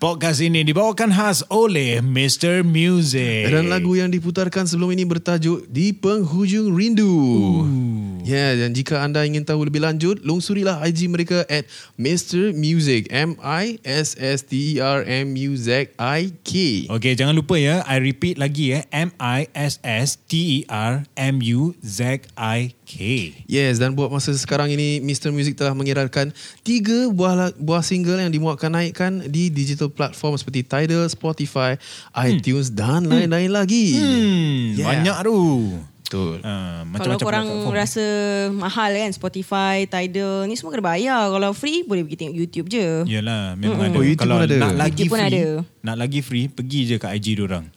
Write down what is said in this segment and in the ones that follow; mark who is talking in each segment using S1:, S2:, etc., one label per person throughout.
S1: Podcast ini dibawakan khas oleh Mr. Music.
S2: Dan lagu yang diputarkan sebelum ini bertajuk Di Penghujung Rindu. Ooh. Ya, yeah, dan jika anda ingin tahu lebih lanjut, lungsurilah IG mereka at Mr. Music. E M-I-S-S-T-E-R-M-U-Z-I-K.
S1: Okey, jangan lupa ya. I repeat lagi ya. E M-I-S-S-T-E-R-M-U-Z-I-K.
S2: Yes, dan buat masa sekarang ini, Mr. Music telah mengiralkan tiga buah, la- buah single yang dimuatkan naikkan di digital platform seperti Tidal, Spotify, iTunes dan lain-lain lagi.
S1: Hmm,
S2: Yeah.
S1: Banyak tu.
S2: Betul.
S1: Uh,
S3: Kalau
S1: macam-macam
S3: korang
S1: platform.
S3: rasa mahal kan Spotify, Tidal ni semua kena bayar. Kalau free boleh pergi tengok YouTube je.
S1: Yelah memang ada
S2: Oh, YouTube
S1: Kalau
S2: pun ada.
S1: nak lagi
S3: YouTube pun
S1: free
S3: ada.
S1: Nak lagi free Pergi je kat IG diorang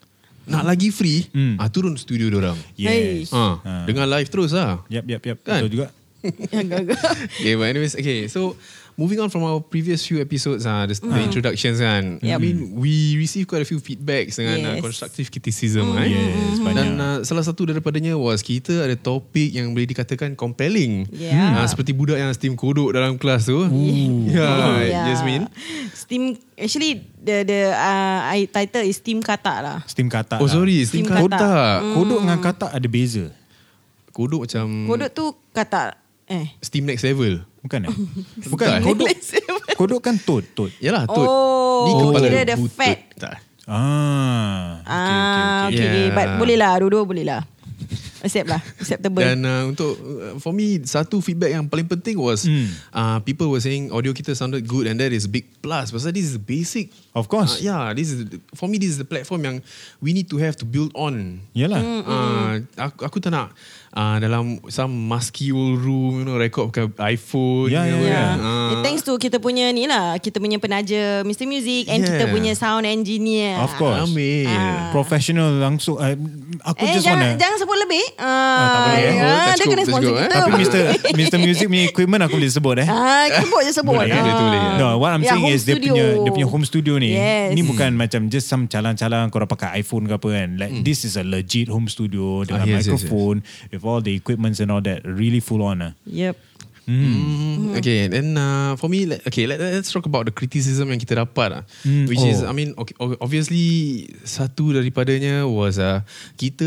S2: Nak lagi free,
S1: Hmm.
S2: ah, turun studio dorang.
S1: Yes
S3: Hey.
S2: Ha,
S1: Ha. Ya.
S2: Dengan live terus lah.
S1: Yap yap yap
S2: Kan?
S1: Betul juga
S3: Agak-agak.
S2: Okay, but anyways, okay. So moving on from our previous few episodes, ah, the, the introductions, kan. I
S3: Hmm. Yep.
S2: mean, we received quite a few feedbacks dengan yes. uh,
S3: Yes. Hmm.
S2: constructive criticism, eh.
S1: Yes, banyak.
S2: Dan uh, salah satu daripadanya was kita ada topik yang boleh dikatakan compelling. Ah,
S3: Yeah.
S2: seperti budak yang steam kodok dalam kelas tu. Ya,
S3: Hmm,
S2: yeah. Jasmine.
S3: Steam actually the the uh, I- title is Steam Katak lah.
S1: Steam katak
S2: Oh
S1: lah.
S2: sorry, steam,
S3: Steam
S2: kodok.
S3: katak. Hmm.
S1: Kodok dengan katak ada beza
S2: Kodok macam
S3: Kodok tu katak eh.
S2: steam next level.
S1: Bukan eh Bukan
S2: Tak.
S1: kodok Kodok kan tut tut
S2: Yalah, tut.
S3: Oh,
S2: Ni kepala
S3: kira ada
S2: butut.
S3: fat.
S2: Tak.
S1: Ah
S3: Ah,
S2: okay, okay.
S3: okay, okay.
S2: Yeah.
S3: But boleh lah, dua-dua boleh lah. Accept lah, acceptable.
S2: Dan uh, untuk uh, for me satu feedback yang paling penting was
S1: Hmm.
S2: uh, people were saying audio kita sounded good and that is big plus. Pasal this is basic.
S1: Of course.
S2: Uh, yeah, this is for me this is the platform yang we need to have to build on.
S1: Yalah
S2: Uh, aku, aku tak nak uh, dalam some musky old room you know record pakai iPhone.
S1: Yeah,
S2: you know,
S1: yeah,
S3: Yeah.
S2: kan.
S3: Eh, thanks to kita punya ni lah Kita punya penaja Mr. Music
S2: Yeah.
S3: And kita punya sound engineer
S1: Of course
S2: Amin.
S1: Professional langsung uh, Aku
S3: Ah. Eh
S1: just
S3: jangan,
S1: wanna
S3: jangan sebut lebih ah,
S1: tak boleh, eh.
S2: Let's
S3: ah, Dia
S2: go,
S3: kena
S2: let's
S3: sponsor
S2: go, eh.
S3: kita
S1: Tapi Mr. Mr. Music punya equipment Aku boleh sebut eh
S3: Ah, sebut je sebut.
S2: Boleh,
S3: Ah.
S2: dia boleh. ya.
S1: No, what I'm
S3: Yeah,
S1: saying
S3: home
S1: is dia
S3: studio.
S1: punya dia punya home studio ni.
S3: Yes.
S1: Ni
S2: Hmm.
S1: bukan macam just some calang-calang korang pakai iPhone ke apa kan. Like this is a legit home studio dengan
S2: Ah, yes, yes,
S1: microphone with all the equipments and all that really full on. ah.
S3: Yep.
S2: Mm. Okay, and then uh, for me, let, okay, let, let's talk about the criticism yang kita dapat, ah,
S1: Mm,
S2: which is,
S1: oh.
S2: I mean, okay, o- obviously satu daripadanya was uh, kita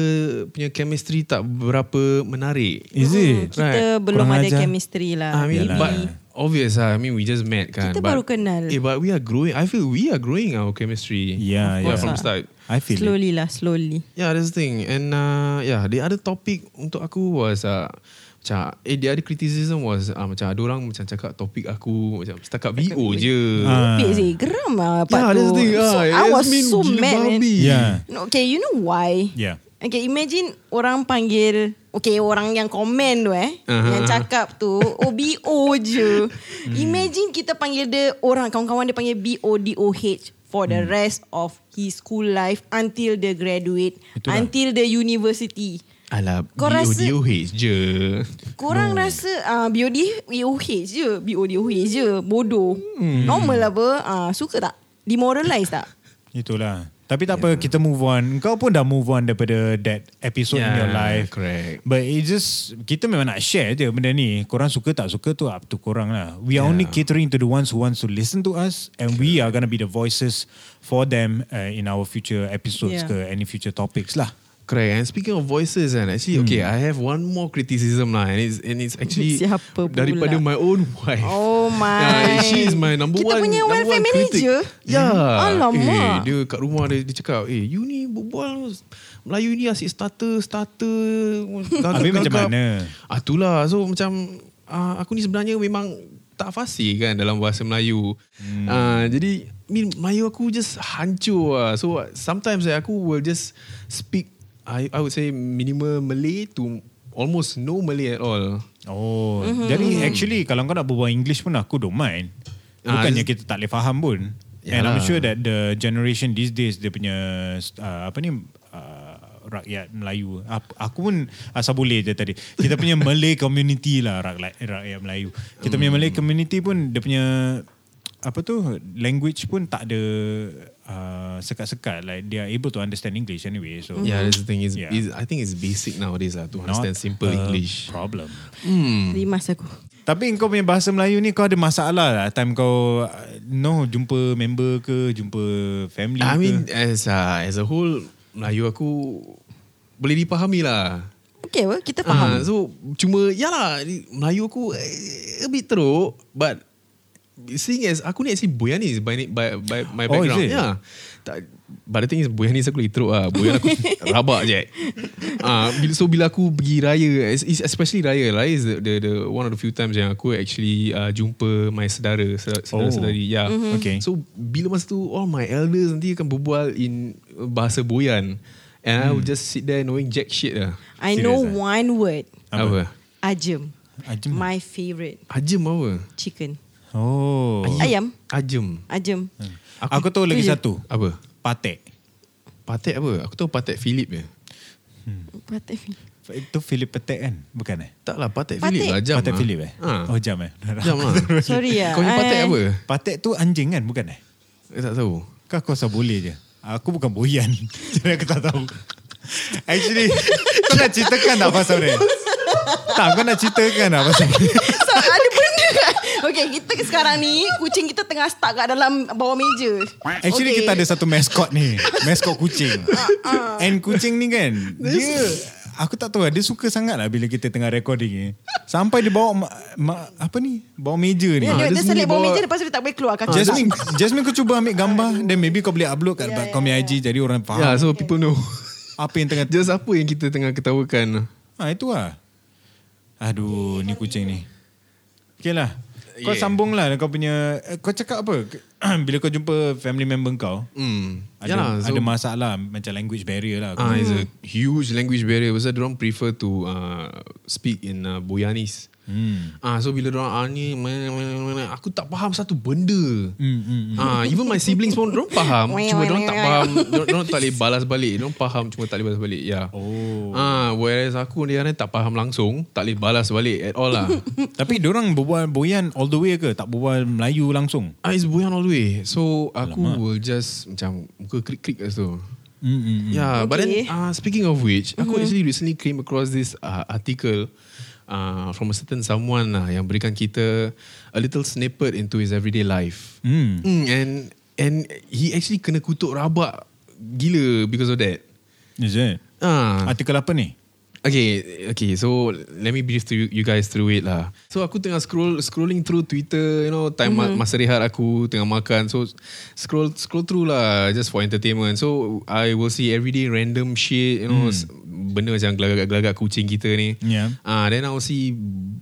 S2: punya chemistry tak berapa menarik.
S1: Is it?
S3: Kita
S2: Right. Ah,
S3: belum
S1: Kurang
S3: ada
S1: ajar.
S3: chemistry lah.
S2: I mean,
S1: Yalah.
S2: but obvious ah, I mean, we just met kan.
S3: Kita
S2: but,
S3: baru kenal.
S2: Eh, but we are growing. I feel we are growing our chemistry.
S1: Yeah,
S2: Right
S1: yeah.
S2: from start.
S1: I feel it.
S3: slowly lah, slowly.
S2: Yeah, that's the thing. And uh, yeah, the other topic untuk aku was uh, macam eh the other criticism was uh, macam ada orang macam cakap topik aku macam setakat BO je.
S1: Ah.
S3: Pek sih, geram lah
S2: yeah,
S3: part tu.
S2: that's the thing.
S3: so,
S2: ah,
S3: I was
S2: Yasmin
S3: so
S2: gila
S3: mad. man.
S2: babi.
S1: Yeah.
S3: No, Okay, you know why?
S1: Yeah.
S3: Okay, imagine orang panggil Okay, orang yang komen tu eh
S2: Aha. Hmm.
S3: Yang cakap tu OBO je Imagine kita panggil dia Orang, kawan-kawan dia panggil BODOH
S2: Hmm.
S3: For the rest of his school life Until dia graduate
S1: Itulah.
S3: Until the university
S2: Alah,
S3: Kau rasa-
S2: BODOH je.
S3: Korang
S2: Hmm.
S3: no. rasa uh, BOD BOH je BODOH je Bodoh
S2: Hmm.
S3: Normal apa uh, Suka tak? Demoralize tak?
S1: Itulah. Tapi tak apa, kita move on. Kau pun dah move on daripada that episode in
S2: Yeah,
S1: your life.
S2: correct.
S1: But it just, kita memang nak share je benda ni. Korang suka tak suka tu up to korang lah. We are only catering to the ones who wants to listen to us and we are going to be the voices for them uh, in our future episodes
S3: Yeah.
S1: ke any future topics lah.
S2: Correct. And speaking of voices, and
S1: Hmm.
S2: actually, okay, I have one more criticism lah, and it's and it's actually
S3: Siapa pula?
S2: daripada my own wife.
S3: Oh my.
S2: Yeah, she is my number
S3: Kita
S2: one.
S3: punya
S2: number
S3: welfare
S2: one critic.
S3: manager?
S2: Yeah.
S3: Hmm. Alamak.
S2: Eh, dia kat rumah dia, dia cakap, eh, you ni berbual Melayu ni asyik starter, starter.
S1: Habis macam mana?
S2: Ah, itulah. So macam, ah, aku ni sebenarnya memang tak fasih kan dalam bahasa Melayu. Hmm. Ah, jadi, I mean, Melayu aku just hancur lah. So sometimes eh, aku will just speak, I, I would say minimal Malay to almost no Malay at all.
S1: Oh, mm-hmm. jadi actually kalau kau nak berbual English pun aku don't mind.
S2: Ah, Ya.
S1: Bukannya kita
S2: this-
S1: tak boleh faham pun. And
S2: Yalah.
S1: I'm sure that the generation these days dia punya uh, apa ni uh, rakyat Melayu. Ap- Aku pun asal boleh je tadi. Kita punya Malay community lah rakyat, rakyat Melayu.
S2: Hmm.
S1: Kita punya Malay community pun dia punya apa tu language pun tak ada uh, sekat-sekat like they are able to understand English anyway so
S2: Yeah, that's the thing. Is
S1: Hmm. Yeah.
S2: is I think it's basic nowadays lah to
S1: not uh,
S2: understand simple
S1: a
S2: English.
S1: problem
S2: Hmm.
S3: Rimas aku.
S1: Tapi kau punya bahasa Melayu ni kau ada masalah lah time kau uh, no jumpa member ke jumpa family ke?
S2: I mean as a, as a whole Melayu aku boleh dipahami lah.
S3: Okay, well, kita
S2: Ah,
S3: faham.
S2: so cuma yalah Melayu aku eh, a bit teruk but seeing as aku ni actually Boyanis by, ni- by, by my
S1: Oh, is
S2: background.
S1: it?
S2: yeah. Tak, but the thing is Boyanis aku lagi teruk lah. Boyan aku rabak je. Ah, bila, so bila aku pergi raya, es- es- especially raya, raya is the, the, the one of the few times yang aku actually uh, jumpa my saudara, saudara- saudara-saudari. Yeah.
S1: Mhm. Oh. Okay.
S2: So bila masa tu all my elders nanti akan berbual in bahasa Boyan. And I
S1: Hmm.
S2: will just sit there knowing jack shit lah.
S3: I know
S1: serious, eh?
S3: one word.
S1: Apa?
S2: Apa?
S3: Ajem.
S1: Ajem.
S3: My favourite.
S2: Ajem apa?
S3: Chicken.
S1: oh
S3: Ayam.
S2: Ajem.
S3: Ajem.
S1: aku, aku tahu lagi
S3: tu je.
S1: satu
S2: Apa?
S1: patek
S2: Patek apa? Aku tahu Patek Philip je.
S3: Patek Philip.
S1: itu Philip Patek kan bukan eh
S2: Tak lah Patek,
S3: Patek.
S2: Philip lah jam
S1: Patek
S2: lah.
S1: Philip eh
S2: Ha.
S1: oh jam eh
S2: Jam lah.
S3: Sorry lah.
S2: Kau punya Patek
S3: I-
S2: apa?
S1: Patek tu anjing kan bukan eh
S2: Eh, tak tahu.
S1: Kau kau asal boleh je. Aku bukan boyan. Jadi aku tak tahu. Actually, kau nak ceritakan tak pasal dia? Tak, kau nak ceritakan tak pasal dia?
S3: So ada benda kan? Okay kita sekarang ni Kucing kita tengah stuck kat dalam bawah meja
S1: Actually,
S3: okay.
S1: kita ada satu mascot ni. Mascot kucing. And kucing ni kan, dia... Aku tak tahu lah, dia suka sangat lah bila kita tengah recording ni. Sampai dia bawa, ma, ma, apa ni? Bawa meja ni.
S3: Dia,
S2: Ah, dia
S3: dia, dia
S2: sendiri
S3: selit bawah
S2: bawa-
S3: meja Lepas tu dia tak boleh keluar kaki
S1: Jasmine, Jasmine kau cuba ambil gambar then maybe kau boleh upload kat yeah, kau punya IG jadi orang
S2: Ya, yeah,
S1: faham yeah.
S2: so people know.
S1: apa yang tengah
S2: Just apa yang kita tengah ketawakan.
S1: Ha, itu lah. Aduh, ni kucing ni. Okay lah. Kau
S2: Yeah.
S1: yeah. sambung lah kau punya... eh, Kau cakap apa? Bila kau jumpa family member kau,
S2: Hmm.
S1: ada,
S2: Ya lah, so,
S1: ada masalah macam language barrier lah.
S2: Ah, it's
S3: Hmm.
S2: a huge language barrier. Pasal diorang prefer to uh, speak in uh, Boyanis. Hmm. Ah, so bila diorang ah, ni, mana, mana, mana, aku tak faham satu benda. Hmm, hmm, hmm. Ah, even my siblings pun diorang faham.
S3: Weh,
S2: cuma
S3: weh,
S2: diorang
S3: weh,
S2: tak
S3: weh.
S2: faham. Diorang, diorang tak boleh balas balik. Diorang faham cuma tak boleh balas balik. Ya. Yeah.
S1: Oh.
S2: Ah, whereas aku dia ni tak faham langsung, tak boleh balas balik at all lah.
S1: Tapi orang berbual boyan all the way ke? Tak berbual Melayu langsung?
S2: ah, it's Boyan all the way. So aku Alamak. Mm, will just macam muka krik-krik kat situ.
S1: Mm-mm.
S2: Yeah, but then
S3: Okay.
S2: uh, speaking of which, aku actually recently came across this uh, article uh, from a certain someone lah yang berikan kita a little snippet into his everyday life.
S1: Hmm.
S2: Mm, and and he actually kena kutuk rabak gila because of that.
S1: Is it?
S2: Ah,
S1: Artikel apa ni?
S2: Okay, okay. So let me brief to you, you guys through it lah. So aku tengah scroll scrolling through Twitter, you know, time mm-hmm. masa rehat aku tengah makan. So scroll scroll through lah just for entertainment. So I will see everyday random shit, you know, mm. benda macam gelagak-gelagak kucing kita ni.
S1: Yeah.
S2: Ah, then I will see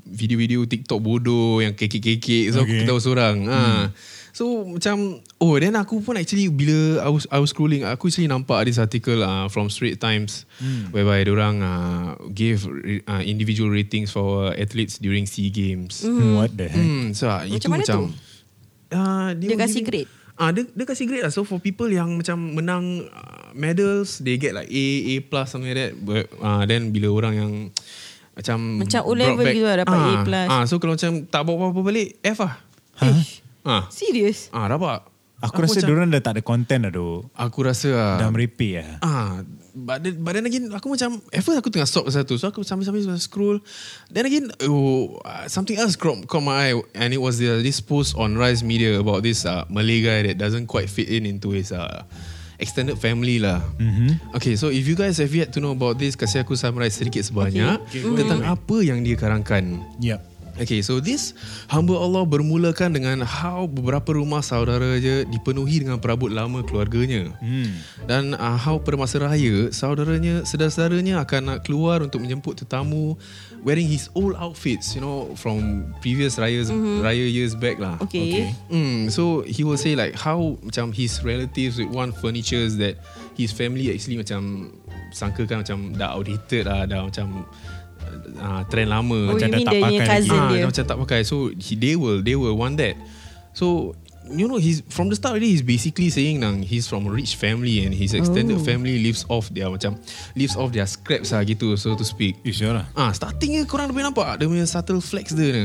S2: video-video TikTok bodoh yang kekek-kekek. So
S1: Okay.
S2: okay. aku tahu seorang.
S3: Hmm.
S2: Ah. So macam oh then aku pun actually bila I was I was scrolling aku actually nampak this article uh, from Straits Times hmm. whereby orang uh, give uh, individual ratings for athletes during SEA Games. Hmm.
S1: What the heck?
S2: Hmm, so macam itu
S3: mana
S2: macam
S3: tu?
S2: Uh,
S3: Dia kasi grade?
S2: Ah, dia, dia kasi grade lah. So for people yang macam menang uh, medals, they get like A, A plus something like that. But, uh, then bila orang yang macam
S3: Macam O
S2: brought
S3: level
S2: back-
S3: gitu lah, dapat A
S2: Ah,
S3: plus.
S2: Ah, so kalau macam tak bawa apa-apa balik, F lah.
S3: Eh,
S2: Ah,
S3: Serius
S2: ah rabak.
S1: Aku, rasa
S2: macam,
S1: orang dah tak ada content dah duk.
S2: aku rasa ah,
S1: Dah merepek lah.
S2: Ah, but then, but then again aku macam at first aku tengah stop satu so aku sambil-sambil scroll then again oh, uh, something else caught, caught my eye and it was the, this post on Rise Media about this uh, Malay guy that doesn't quite fit in into his uh, extended family lah mm-hmm. okay so if you guys have yet to know about this kasi aku summarize sedikit sebanyak okay. Okay, tentang apa yang dia karangkan
S1: Yep.
S2: Okay, so this hamba Allah bermulakan dengan how beberapa rumah saudara je dipenuhi dengan perabot lama keluarganya. Hmm. Dan uh, how pada masa raya, saudaranya, saudara-saudaranya akan nak keluar untuk menjemput tetamu wearing his old outfits, you know, from previous raya mm-hmm. raya years back lah.
S3: Okay, okay.
S2: Mm, so he will say like how macam his relatives would want furnitures that his family actually macam sangkakan macam dah outdated lah, dah macam uh, trend lama.
S3: Oh
S1: Macam
S3: you
S1: dah
S3: mean
S1: tak
S3: dia punya
S1: pakai lagi.
S3: cousin
S2: Ah,
S3: dia
S2: dia macam tak pakai. So he, they will they will want that. So you know he's from the start already he's basically saying nang he's from a rich family and his extended oh. family lives off their macam lives off their scraps lah gitu so to speak.
S1: Eh, sure lah.
S2: Ah, starting je korang dah boleh nampak dia punya subtle flex dia ni.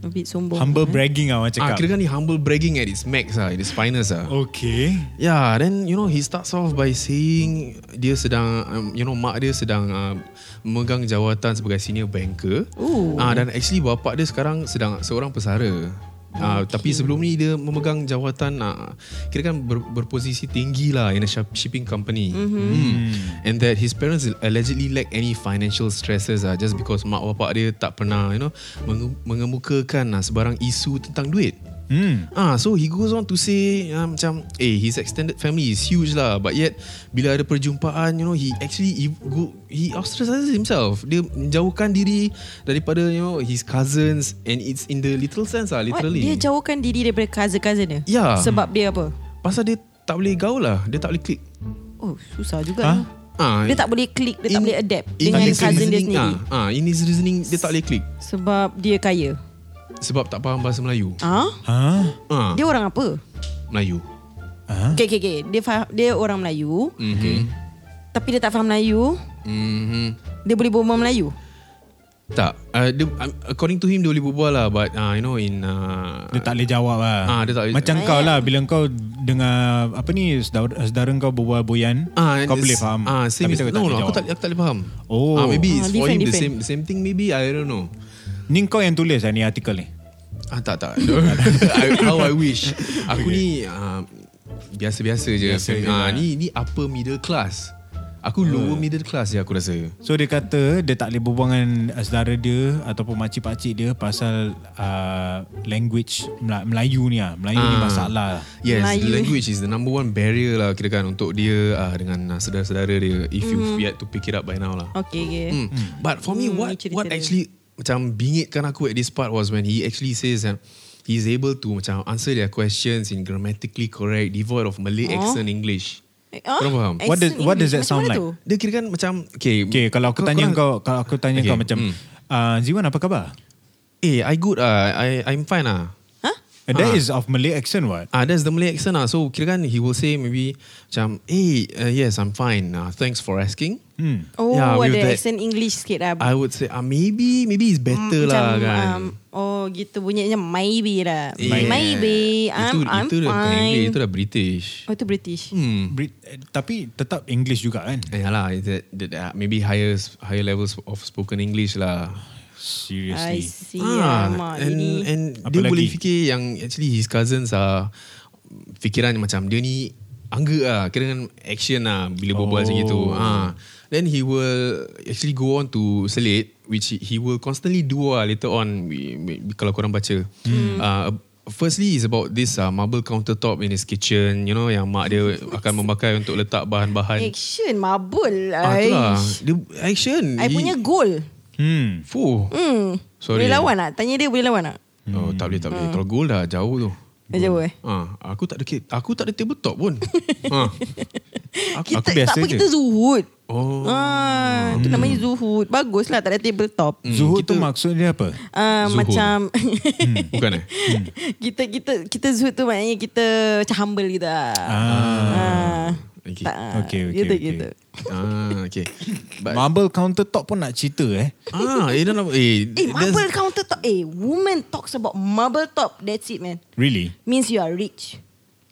S3: A bit sombong.
S1: Humble bragging lah orang cakap.
S2: Ah, kira ni humble bragging at its max ah, at its finest ah.
S1: Okay.
S2: Yeah, Ya, then you know he starts off by saying dia sedang um, you know mak dia sedang uh, megang jawatan sebagai senior banker.
S3: Ooh.
S2: Ah uh, dan actually bapak dia sekarang sedang seorang pesara. Ah uh, tapi sebelum ni dia memegang jawatan uh, kira kan ber, berposisi tinggi lah in a shop- shipping company. Mm-hmm. And that his parents allegedly lack any financial stresses ah just because mak bapak dia tak pernah you know menge- mengemukakan ah, sebarang isu tentang duit.
S1: Hmm.
S2: Ah, so he goes on to say uh, macam, eh, his extended family is huge lah. But yet, bila ada perjumpaan, you know, he actually he, go, he ostracizes himself. Dia menjauhkan diri daripada you know his cousins and it's in the literal sense lah,
S3: What?
S2: literally.
S3: Dia jauhkan diri daripada cousin-cousin dia?
S2: Ya.
S3: Sebab dia apa?
S2: Pasal dia tak boleh gaul lah, dia tak boleh klik.
S3: Oh, susah juga.
S1: Ha?
S3: Ha?
S2: Ah,
S3: Dia tak boleh klik, dia tak
S2: in-
S3: boleh adapt
S2: in
S3: dengan
S2: his
S3: cousin dia
S2: reasoning,
S3: sendiri.
S2: Ah, ah, in his reasoning dia tak boleh klik
S3: Sebab dia kaya.
S2: sebab tak faham bahasa Melayu.
S3: Ha?
S1: Ha?
S2: Ah,
S3: Dia orang apa?
S2: Melayu.
S1: Ha?
S3: Okay, okay, okay. Dia, faham, dia orang Melayu.
S2: Mhm.
S3: Tapi dia tak faham Melayu.
S2: Mhm.
S3: Dia boleh berbual Melayu.
S2: Tak. Uh, dia, um, according to him dia boleh berbual lah but uh, you know in uh,
S1: Dia tak boleh jawab lah.
S2: Ah, dia tak boleh-
S1: Macam kau lah bila kau dengar apa ni saudara, saudara kau berbual boyan,
S2: Ah,
S1: kau
S2: it's-
S1: boleh faham.
S2: Ah, same
S1: tapi
S2: as,
S1: kau
S2: no,
S1: boleh
S2: no,
S1: jawab.
S2: aku tak, aku tak boleh faham.
S1: Oh.
S2: Ah, maybe
S3: Ah,
S2: it's for him
S3: different,
S2: the
S3: different.
S2: same same thing maybe I don't know.
S1: Ni kau yang tulis lah ni artikel ni.
S2: Ah tak tak. I, how I wish. Aku ni ah, biasa-biasa je.
S1: Biasa je Oh.
S2: ah
S1: lah.
S2: ni ni upper middle class. Aku lower middle class je aku rasa.
S1: So dia kata dia tak boleh berbual dengan uh, saudara dia ataupun makcik pakcik dia pasal uh, language Mela- Melayu ni ah. Melayu ni
S2: Ah.
S1: masalah. lah.
S2: Yes,
S3: Melayu.
S2: language is the number one barrier lah kira kan untuk dia ah, dengan ah, saudara-saudara dia if you've
S3: Mhm.
S2: yet to pick it up by now lah.
S3: Okay, okay.
S2: Mm. But for me,
S3: Hmm,
S2: what
S3: ni cerita
S2: what
S3: dia.
S2: actually macam bingitkan aku at this part was when he actually says that he's able to macam answer their questions in grammatically correct, devoid of Malay
S3: Oh.
S2: accent English.
S3: Eh, ah?
S2: Korang faham?
S1: What does-
S3: Accent
S1: what does
S3: English.
S1: that sound
S3: Macam mana
S1: like?
S3: tu?
S2: Dia kira kan macam okay,
S1: Okay, kalau aku tanya
S2: korang-
S1: kau, kalau aku tanya
S2: Okay,
S1: kau macam
S2: mm.
S1: uh, Ziwan apa khabar?
S2: eh I good ah, I I'm fine ah.
S3: Ha?
S1: And Eh, that
S2: Ah.
S1: is of Malay accent what?
S2: Ah, that's the Malay accent ah. So kira kan he will say maybe macam, eh uh, yes I'm fine. Uh, thanks for asking.
S1: Hmm.
S3: Oh,
S2: Yeah, with
S3: ada
S2: that-
S3: accent English sikit lah.
S2: I would say ah maybe maybe it's better
S3: Macam,
S2: lah kan.
S3: um, oh gitu bunyinya maybe lah.
S2: Yeah.
S3: Maybe I'm
S2: itu,
S3: I'm
S2: itu dah bukan English,
S3: fine.
S2: itu dah British.
S3: Oh itu British.
S2: Hmm.
S1: Brit, eh, tapi tetap English juga kan?
S2: Eh, Yalah, it's that, that, that, maybe higher higher levels of spoken English lah.
S3: I
S1: Seriously.
S3: see. Ah, Alamak,
S2: and,
S3: ini.
S2: and
S1: Apa
S2: dia
S1: lagi?
S2: boleh fikir yang actually his cousins are fikiran macam dia ni angga lah, kira kan action lah bila berbual macam
S1: Oh.
S2: gitu. Ha. Then he will actually go on to selit which he, he will constantly do lah later on we, we, kalau korang baca. Hmm. Uh, Firstly is about this uh, marble countertop in his kitchen You know yang mak dia akan memakai untuk letak bahan-bahan
S3: Action mabul.
S2: Ah,
S3: Aish.
S2: itulah. Dia action.
S3: I
S2: He-
S3: punya goal.
S1: Hmm.
S2: Fuh.
S3: Hmm.
S2: Sorry.
S3: Boleh lawan tak? Tanya dia boleh lawan tak?
S2: Oh, tak boleh, tak
S3: Hmm.
S2: boleh. Kalau goal dah jauh tu.
S3: Dah jauh eh?
S2: Ah, aku tak ada ki- aku tak ada table top pun. ha. Aku,
S3: Kita,
S1: aku biasa
S3: tak apa
S1: je.
S3: kita zuhud.
S2: oh.
S3: Ah,
S2: Hmm.
S3: itu namanya zuhud. Baguslah tak ada table top.
S1: Hmm, Zuhud tu maksudnya apa?
S3: Ah,
S2: Zuhud.
S3: macam
S2: Bukan eh?
S3: kita kita kita zuhud tu maknanya kita macam humble gitu. Ah. ah.
S2: Okay.
S3: Tak,
S1: Okay, okay,
S3: gitu,
S1: okay.
S3: gitu.
S2: ah, okay. But,
S1: Marble countertop pun nak cerita eh.
S2: ah, eh, dan apa? Eh,
S3: Eh,
S2: that's-
S3: marble counter top. Eh, woman talks about marble top. That's it, man.
S1: Really?
S3: Means you are rich.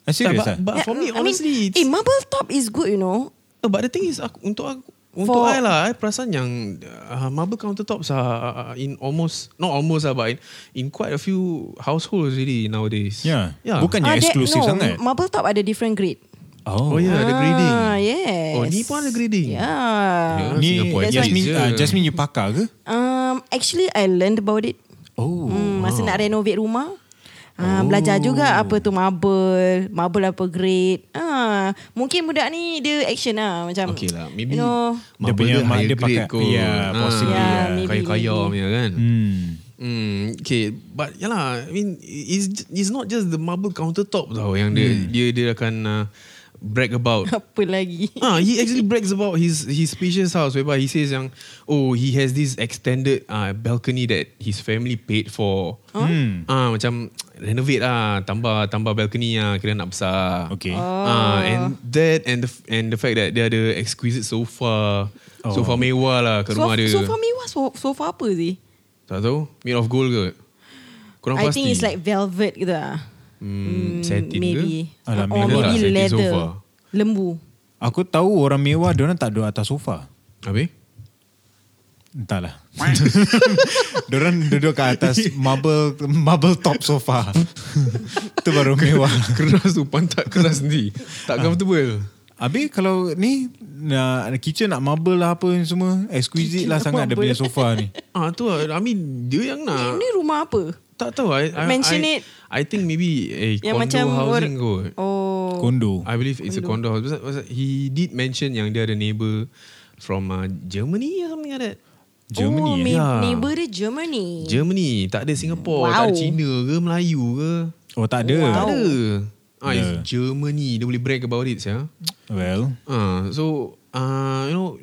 S1: Ah, serious ah?
S2: Tak, but, but for me,
S3: I mean,
S2: honestly,
S3: eh,
S2: it's,
S3: marble top is good, you know.
S2: no, but the thing is, aku, untuk aku, untuk
S3: For-
S2: I lah, I perasan yang uh, marble countertops are uh, in almost, not almost lah, but in, in quite a few households really nowadays.
S1: Yeah. Ya.
S2: yeah.
S1: Bukannya
S3: Ah, that-
S1: eksklusif
S3: no,
S1: sangat.
S3: Marble top ada different grade.
S1: Oh.
S2: Oh, yeah, ada grading.
S3: Ah, yes.
S2: Oh, ni pun ada grading.
S3: Yeah.
S2: Yeah.
S1: Ni
S2: Singapore
S1: Jasmine,
S2: je.
S1: uh, Jasmine you pakar ke?
S3: Um, actually, I learned about it.
S1: Oh.
S3: Hmm, masa nak renovate rumah.
S2: Oh.
S3: Ah, belajar juga apa tu marble, marble apa grade. Ah, mungkin budak ni dia action lah macam.
S2: Okay lah Maybe
S3: you know,
S1: Dia punya mak dia pakai- yeah, possibly,
S3: Yeah, yeah. maybe,
S2: Ah, Kaya-kaya
S3: maybe.
S2: punya kan
S1: Hmm.
S2: Hmm, okay, but ya lah. I mean, it's it's not just the marble countertop tau yang dia
S3: Hmm.
S2: dia dia akan uh, brag about.
S3: apa lagi?
S2: ah, he actually brags about his his spacious house whereby he says yang oh he has this extended uh, balcony that his family paid for. Hmm. Ah, macam renovate ah, tambah tambah balcony ah, kira nak besar.
S1: Okay.
S2: Ah, and that and the and the fact that dia ada exquisite sofa, oh. sofa mewah lah kat
S3: so,
S2: rumah dia.
S3: so far mewah so, so far apa sih?
S2: Tak tahu, made of gold ke? Kurang
S3: I
S2: pasti.
S3: think it's like velvet gitu lah.
S2: Hmm, satin
S3: maybe.
S2: ke?
S1: Alah,
S3: Or
S1: maybe
S2: lah,
S3: maybe
S2: satin
S3: leather.
S2: sofa.
S3: Lembu.
S1: Aku tahu orang mewah dia orang tak duduk atas sofa.
S2: Habis?
S1: Entahlah. Diorang duduk kat atas marble marble top sofa. Itu baru mewah.
S2: Keras tu pantat keras sendiri. Tak comfortable.
S1: Habis kalau ni nak kitchen nak marble lah apa ni semua, exquisite
S3: Kitchen
S1: lah
S3: nak
S1: sangat dia punya
S3: marble.
S1: sofa ni.
S2: Ah tu lah. I mean dia yang
S3: Ni,
S2: nak.
S3: ni rumah apa?
S2: Tak tahu. I, I,
S3: Mention
S2: I,
S3: it.
S2: I think maybe a
S3: Yang
S2: condo
S3: macam
S2: housing
S3: or-
S2: kot.
S3: Oh.
S1: Kondo.
S2: I believe it's a condo house. Pasal- pasal He did mention yang dia ada neighbour from uh, Germany or something like that.
S1: Germany,
S3: oh,
S1: eh?
S3: may-
S2: Yeah.
S3: Neighbour dia Germany.
S2: lah. Germany. Tak ada Singapore. Tak ada
S3: Wow.
S2: China ke Melayu ke.
S1: Oh tak ada.
S2: Tak
S3: Wow.
S2: ada. Ah, it's
S1: Yeah.
S2: Germany. Dia boleh brag about it. Ya.
S1: Well,
S2: Uh, so, uh, you know,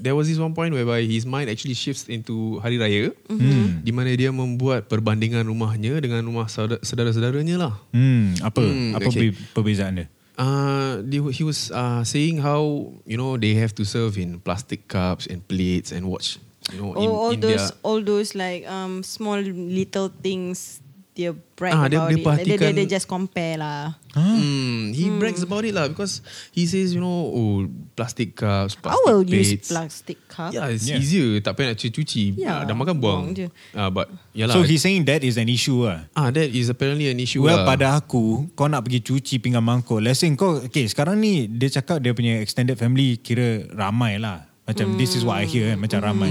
S2: there was this one point whereby his mind actually shifts into Hari Raya. Mm-hmm. Di mana dia membuat perbandingan rumahnya dengan rumah saudara- saudara-saudaranya lah.
S1: hmm, apa
S2: Hmm,
S1: apa
S2: okay.
S1: pe- perbezaan dia?
S2: Uh, they, were- he was uh, saying how, you know, they have to serve in plastic cups and plates and watch, you know,
S3: Oh,
S2: in,
S3: all
S2: in
S3: those
S2: their...
S3: all those like um small little things dia brag
S2: Ah,
S3: ah,
S2: dia- dia
S3: about it. Like, Dia, dia,
S2: perhatikan-
S3: dia just compare lah.
S2: Hmm, he brags about it lah because he says, you know, oh, plastic cups,
S3: I
S2: plastic
S3: will
S2: plates.
S3: use plastic cup.
S2: Yeah, it's
S1: Yeah.
S2: easier. Tak payah nak cuci-cuci.
S3: Yeah,
S2: Ah, dah makan buang.
S3: buang je.
S2: Ah, but,
S1: So
S2: yalah,
S1: he's saying that is an issue lah.
S2: Ah, that is apparently an issue.
S1: Well
S2: lah.
S1: pada aku Kau nak pergi cuci pinggan mangkuk Let's say kau Okay sekarang ni Dia cakap dia punya extended family Kira ramai lah Macam this is what I hear kan Macam ramai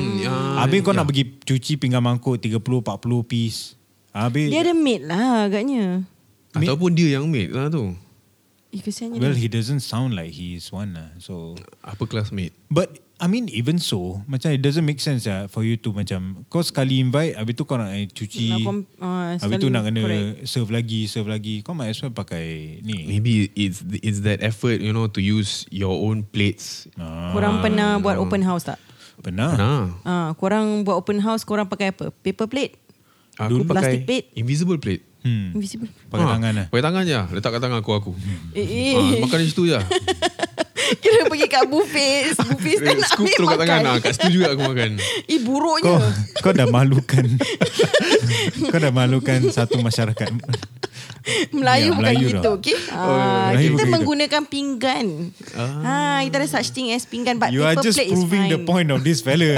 S1: Habis kau nak pergi cuci pinggan mangkuk 30-40 piece Habis
S3: Dia ada maid lah agaknya.
S2: ataupun dia yang mate lah tu.
S3: Eh, kesiannya
S1: Well
S3: dia.
S1: he doesn't sound like he is one lah So
S2: Apa classmate?
S1: But I mean even so Macam it doesn't make sense lah For you to macam Kau sekali invite Habis tu kau nak eh, cuci
S3: Nak kom- ah,
S1: Habis tu
S3: sekali,
S1: nak kena
S3: correct.
S1: Serve lagi Serve lagi Kau might as well pakai Ni
S2: Maybe it's it's that effort, you know, to use your own plates.
S3: Korang
S2: ah,
S3: pernah buat open house tak?
S1: Pernah
S2: Nah,
S3: Ah, korang buat open house, korang pakai apa? Paper plate?
S2: aku
S3: Dulu-
S2: pakai
S3: Plastic plate?
S2: invisible plate.
S1: hmm.
S3: Invisible.
S1: Pakai
S2: Ah,
S1: tangan lah
S2: Pakai tangan je. Letak kat tangan aku aku.
S3: Eh, eh.
S2: ah, makan di situ je.
S3: Kira pergi kat buffet. buffet stand nak
S2: Eh, Scoop
S3: ambil
S2: terus kat tangan.
S3: makan.
S2: Ah, kat situ juga aku makan.
S3: Eh, buruknya.
S1: Kau kau dah malukan Kau dah malukan Satu masyarakat Ya,
S3: Melayu bukan
S1: Melayu
S3: gitu,
S1: dah.
S3: okay? Ah,
S1: Melayu bukan
S3: kita
S1: gitu.
S3: menggunakan pinggan. Ah. kita ada such thing as pinggan but
S1: You are
S3: paper
S1: just
S3: plate is
S1: proving
S3: fine.
S1: the point Of this fella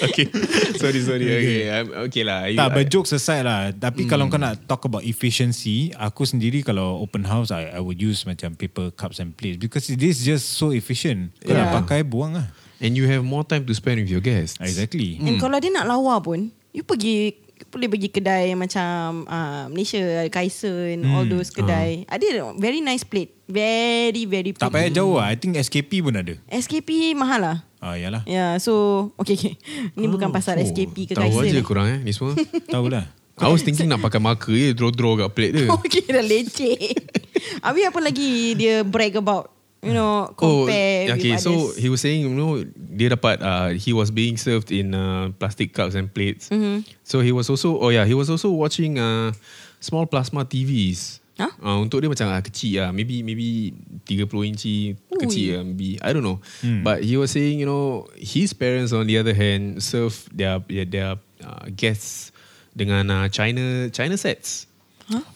S2: Okay. sorry, sorry. Okay, I'm, okay lah. I-
S1: Tak but
S2: I-
S1: jokes aside lah Tapi kalau kau nak Talk about efficiency Aku sendiri Kalau open house I, I would use macam Paper cups and plates Because it is just So efficient Kau
S2: Yeah.
S1: nak pakai Buang lah
S2: And you have more time to spend with your guests.
S1: Exactly
S3: And kalau dia nak lawa pun, you pergi boleh pergi kedai macam uh, Malaysia, Kaisen, all
S1: Hmm.
S3: those kedai. Ada very nice plate. Very, very
S1: Ah. Tak
S3: pretty.
S1: payah jauh lah I think SKP pun ada
S3: SKP mahal lah.
S1: Ah yalah
S3: Ya, yeah, so okay, okay. Ni
S1: Oh,
S3: bukan pasal SKP ke
S2: Oh, Tahu aja
S3: Kaisen.
S2: korang eh, ni semua.
S1: Tahulah
S2: I was thinking nak pakai marker je, draw-draw kat plate dia.
S3: Okay, dah leceh. Habis apa lagi dia brag about? You know, compare
S2: Oh,
S1: Oh,
S2: okay.
S3: with
S2: So
S3: others.
S2: he was saying, you know, dia dapat. Uh, he was being served in uh, plastic cups and plates.
S3: Mm-hmm.
S2: So he was also, oh yeah, he was also watching uh, small plasma TVs.
S3: Huh?
S2: Uh, untuk dia macam ah, kecil lah Maybe maybe 30 inci Kecil lah maybe I don't know
S1: Hmm.
S2: But he was saying You know His parents on the other hand Serve their Their, their uh, guests Dengan uh, China China sets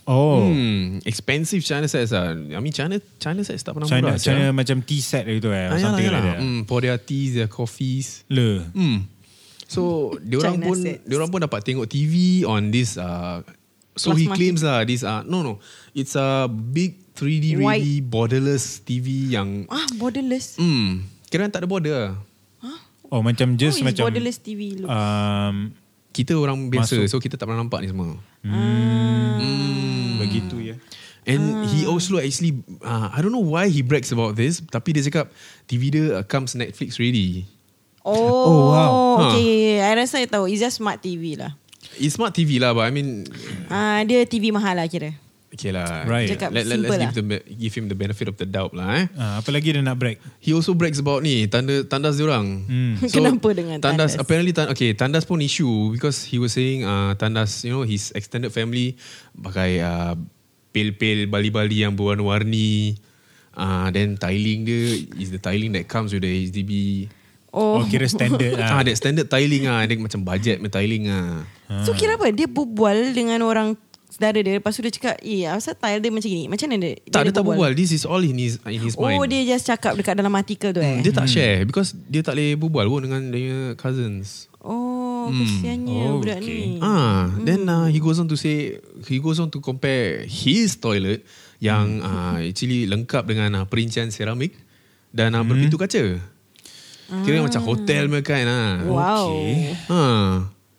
S1: Oh
S2: Hmm, Expensive China sets lah I mean China China sets tak pernah
S1: China,
S2: murah sia.
S1: China macam tea set gitu eh or
S2: Ah, yalah,
S1: Something
S2: yalah.
S1: like that
S2: Mm, for their teas, their coffees.
S1: Le
S2: Mm. So diorang
S3: China
S2: pun
S3: sets.
S2: diorang pun dapat tengok TV on this uh, so he
S3: Plasma
S2: claims lah this uh, no no it's a big 3D
S3: White.
S2: really borderless TV yang
S3: Ah, borderless.
S2: mm, kira tak ada border lah.
S1: Oh macam
S3: How
S1: just
S3: is
S1: macam
S3: borderless TV look?
S1: um,
S2: Kita orang biasa
S1: Masuk.
S2: so kita tak pernah nampak ni semua. Hmm.
S1: Begitu ya
S3: Ah.
S2: And he also actually uh, I don't know why he brags about this tapi dia cakap TV dia uh, comes Netflix ready.
S3: oh,
S1: Oh, wow.
S3: Okay, huh. I rasa I tahu. It's just smart TV lah.
S2: It's smart TV lah but I mean
S3: Ah, dia TV mahal lah kira.
S2: Okay lah.
S1: Right.
S3: Cakap
S2: Let, let, let's
S3: simple lah.
S2: give, the, be- give him the benefit of the doubt lah eh.
S1: Ah, apa lagi dia nak break?
S2: He also brags about ni tanda tandas dia orang.
S3: Kenapa dengan tandas?
S2: Apparently tan, okay, tandas pun issue because he was saying uh, tandas you know his extended family pakai uh, pel-pel bali-bali yang berwarna-warni. Uh, then tiling dia is the tiling that comes with the HDB
S1: Oh,
S3: Oh,
S1: kira standard
S2: Ah,
S1: lah.
S2: ada standard tiling ah, ada macam budget punya tiling ah.
S3: So kira apa? Dia berbual dengan orang saudara dia. Lepas tu dia cakap, eh asal tile dia macam gini? Macam mana dia?
S2: Tak
S3: dia
S2: dia tak berbual. This is all in his in his mind.
S3: Oh, dia just cakap dekat dalam artikel tu
S2: Hmm,
S3: eh?
S2: dia tak share because dia tak boleh berbual pun dengan dia punya cousins.
S3: Oh, kesiannya
S1: Oh,
S3: budak
S1: okay.
S3: ni.
S2: Ah, then uh, he goes on to say he goes on to compare his toilet yang uh, actually lengkap dengan uh, perincian seramik dan uh, berpintu kaca. Kira macam hotel punya kan ah.
S3: Wow.
S1: Okay.
S2: Ha.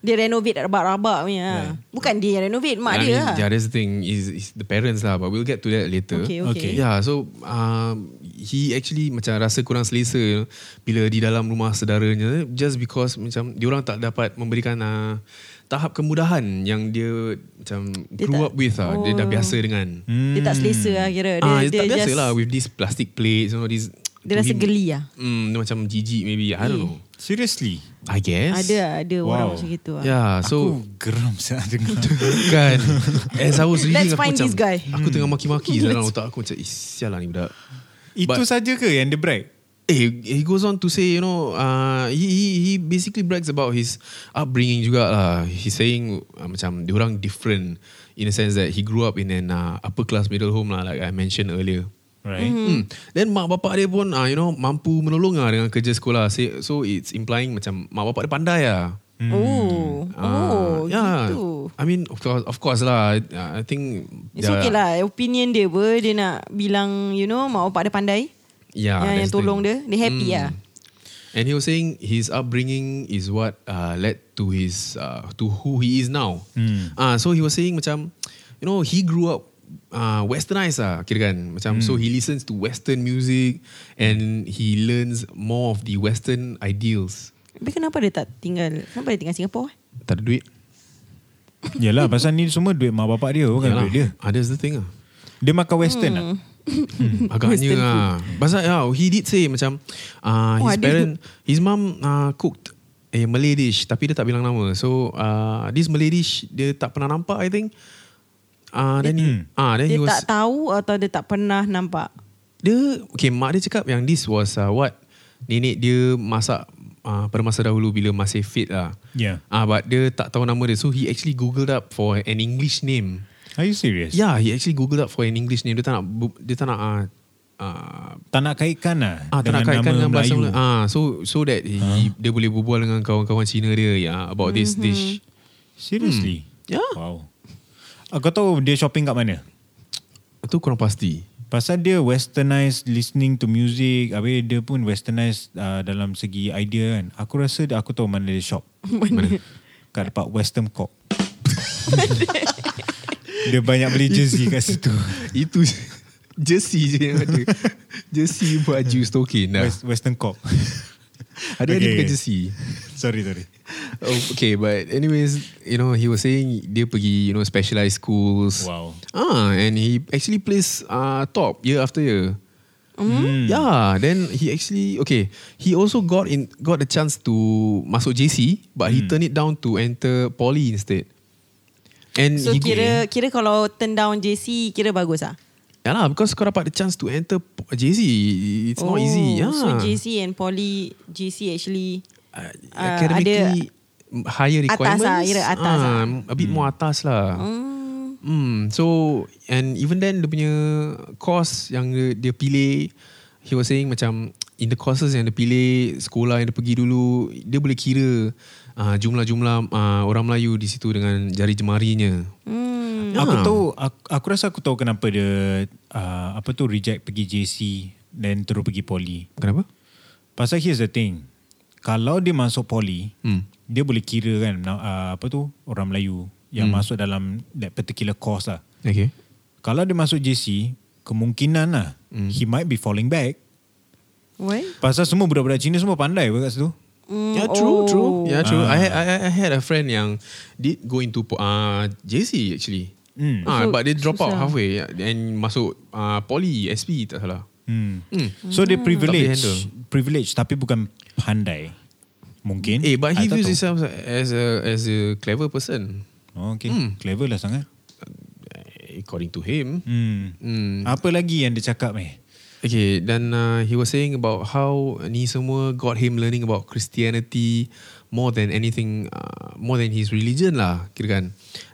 S3: Dia renovate rabak-rabak punya. Yeah. Bukan dia yang renovate, mak dia lah.
S2: Yeah, that's the thing is, is the parents lah but we'll get to that later.
S3: Okay, okay.
S1: Okay.
S2: Yeah, so um, he actually macam rasa kurang selesa you know, bila di dalam rumah saudaranya just because macam diorang tak dapat memberikan uh, tahap kemudahan yang dia macam
S3: Dia
S2: grew up
S3: tak-
S2: with lah. Oh. Dia dah biasa dengan. Hmm.
S3: Dia tak selesa lah kira. Dia,
S2: Dia, ah, dia, tak biasa
S3: just,
S2: lah with this plastic plates, you know, this...
S3: Dia rasa geli lah.
S2: Hmm, dia macam jijik maybe. I don't know.
S1: Seriously?
S2: I guess.
S3: Ada ada wow. orang
S1: Wow.
S3: macam gitu lah.
S2: Yeah, so...
S1: So, Aku geram saya dengar.
S2: Kan As I was reading
S3: Let's
S2: aku
S3: find
S2: macam,
S3: this guy.
S2: Aku tengah maki-maki Dalam otak aku macam Eh sial lah ni budak
S1: Itu
S2: But-
S1: saja ke yang dia brag?
S2: Eh, he goes on to say, you know, uh, he, he he basically brags about his upbringing juga lah. He's saying uh, macam diorang different in a sense that he grew up in an uh, upper class middle home lah, like I mentioned earlier.
S1: Right?
S2: Hmm. Then mak bapak dia pun, uh, you know, mampu menolong lah dengan kerja sekolah. Say- So it's implying macam mak bapak dia pandai lah.
S3: Oh. Oh,
S2: Ah,
S3: gitu.
S2: I mean, of course, of course lah. I- I think
S3: It's
S2: there-
S3: okay lah. Opinion dia apa. Dia nak bilang, you know, mak bapak dia pandai.
S2: Yeah,
S3: yang, yang
S2: Ya, that's the
S3: tolong
S2: thing.
S3: dia. Dia happy
S2: Mm.
S3: lah.
S2: And he was saying his upbringing is what uh, led to his uh, to who he is now. Ah, so he was saying macam, you know, he grew up uh, westernized lah, kira kan. Macam so he listens to western music and he learns more of the western ideals.
S3: Tapi kenapa dia tak tinggal? Kenapa dia tinggal Singapura? eh?
S2: Tak ada duit.
S1: Yelah, pasal ni semua duit mak bapak dia bukan
S2: Yalah.
S1: duit dia.
S2: Ah, that's the thing ah.
S1: Dia makan western lah.
S2: Agaknya lah. Pasal yeah, he did say macam uh,
S3: Oh,
S2: his
S3: ada.
S2: parent, his mum uh, cooked a Malay dish tapi dia tak bilang nama. So uh, this Malay dish dia tak pernah nampak I think. Ah uh, then he, ah then
S3: Dia
S2: he was
S3: tak tahu atau dia tak pernah nampak?
S2: dia okay mak dia cakap yang this was uh, what nenek dia masak uh, pada masa dahulu bila masih fit lah.
S1: Yeah.
S2: Ah but dia tak tahu nama dia. So he actually googled up for an English name.
S1: Are you serious?
S2: Yeah, he actually googled up for an English name. Dia tak nak bu- dia tak nak uh, uh,
S1: Tak nak kaitkan lah
S2: Ah, tak
S1: dengan
S2: nak kaitkan
S1: nama
S2: dengan bahasa
S1: Melayu. Ha?
S2: Melayu. Ah, so so that he, dia boleh berbual dengan kawan-kawan Cina dia ya about this dish.
S1: Seriously?
S2: Ya.
S1: Wow. Ah, Kau tahu dia shopping kat mana?
S2: Itu kurang pasti.
S1: Pasal dia westernized listening to music, habis dia pun westernized uh, dalam segi idea kan. Aku rasa dia- aku tahu mana dia shop. Mana? Kat dekat Western Corp. dia banyak beli jersey kat situ.
S2: Itu je- jersey je yang ada. jersey baju stokin dah.
S1: West, Western Corp.
S2: Ada ada
S1: Okay.
S2: bukan jersey.
S1: sorry, sorry.
S2: Oh, okay, but anyways, you know, he was saying dia pergi, you know, specialized schools.
S1: Wow.
S2: Ah, and he actually plays uh, top year after year.
S3: Mm.
S2: Yeah, then he actually okay. He also got in got the chance to masuk JC, but he turned it down to enter poly instead. And
S3: So
S2: he
S3: kira kira kalau turn down JC kira bagus ah.
S2: yeah lah, because kau dapat the chance to enter po- JC, it's not easy. Yeah.
S3: Oh, So JC and poly JC actually
S2: uh,
S3: Ah,
S2: academically higher
S3: atas
S2: requirements.
S3: lah, kira atas
S2: Ah,
S3: lah.
S2: A bit more atas lah. Hmm. So and even then dia punya course yang dia, dia pilih he was saying macam in the courses yang dia pilih sekolah yang dia pergi dulu dia boleh kira uh, jumlah-jumlah uh, orang Melayu di situ dengan jari jemarinya.
S1: Hmm. Aku tahu aku, aku rasa aku tahu kenapa dia uh, apa tu reject pergi JC then terus pergi poly.
S2: Kenapa?
S1: Pasal here's the thing. Kalau dia masuk poli,
S2: Hmm.
S1: dia boleh kira kan na- uh, apa tu orang Melayu yang hmm. masuk dalam that particular course lah.
S2: Okay.
S1: Kalau dia masuk JC, kemungkinan lah hmm. he might be falling back.
S3: what?
S1: Pasal semua budak-budak Cina semua pandai apa kat situ.
S3: Mm,
S2: Yeah, true,
S3: oh.
S2: true. Yeah, true. I,
S1: Ah.
S2: had, I, I- I had a friend yang did go into po- uh, JC actually.
S1: Hmm.
S2: Ah,
S3: So,
S2: but they drop out
S3: susah.
S2: halfway yeah, and masuk uh, poly SP tak salah.
S1: Hmm.
S2: Hmm.
S1: So dia privilege,
S2: Tak boleh handle.
S1: privilege tapi bukan pandai. Mungkin.
S2: Eh, but
S1: Mm.
S2: he
S1: I tak
S2: views
S1: tahu.
S2: himself as a as a clever person
S1: Oh, okay. Hmm.
S2: Hmm.
S1: Clever lah sangat.
S2: according to him.
S1: Hmm.
S2: Hmm.
S1: Apa lagi yang dia cakap eh?
S2: Okay, dan uh, he was saying about how ni semua got him learning about Christianity more than anything, uh, more than his religion lah, kira kan.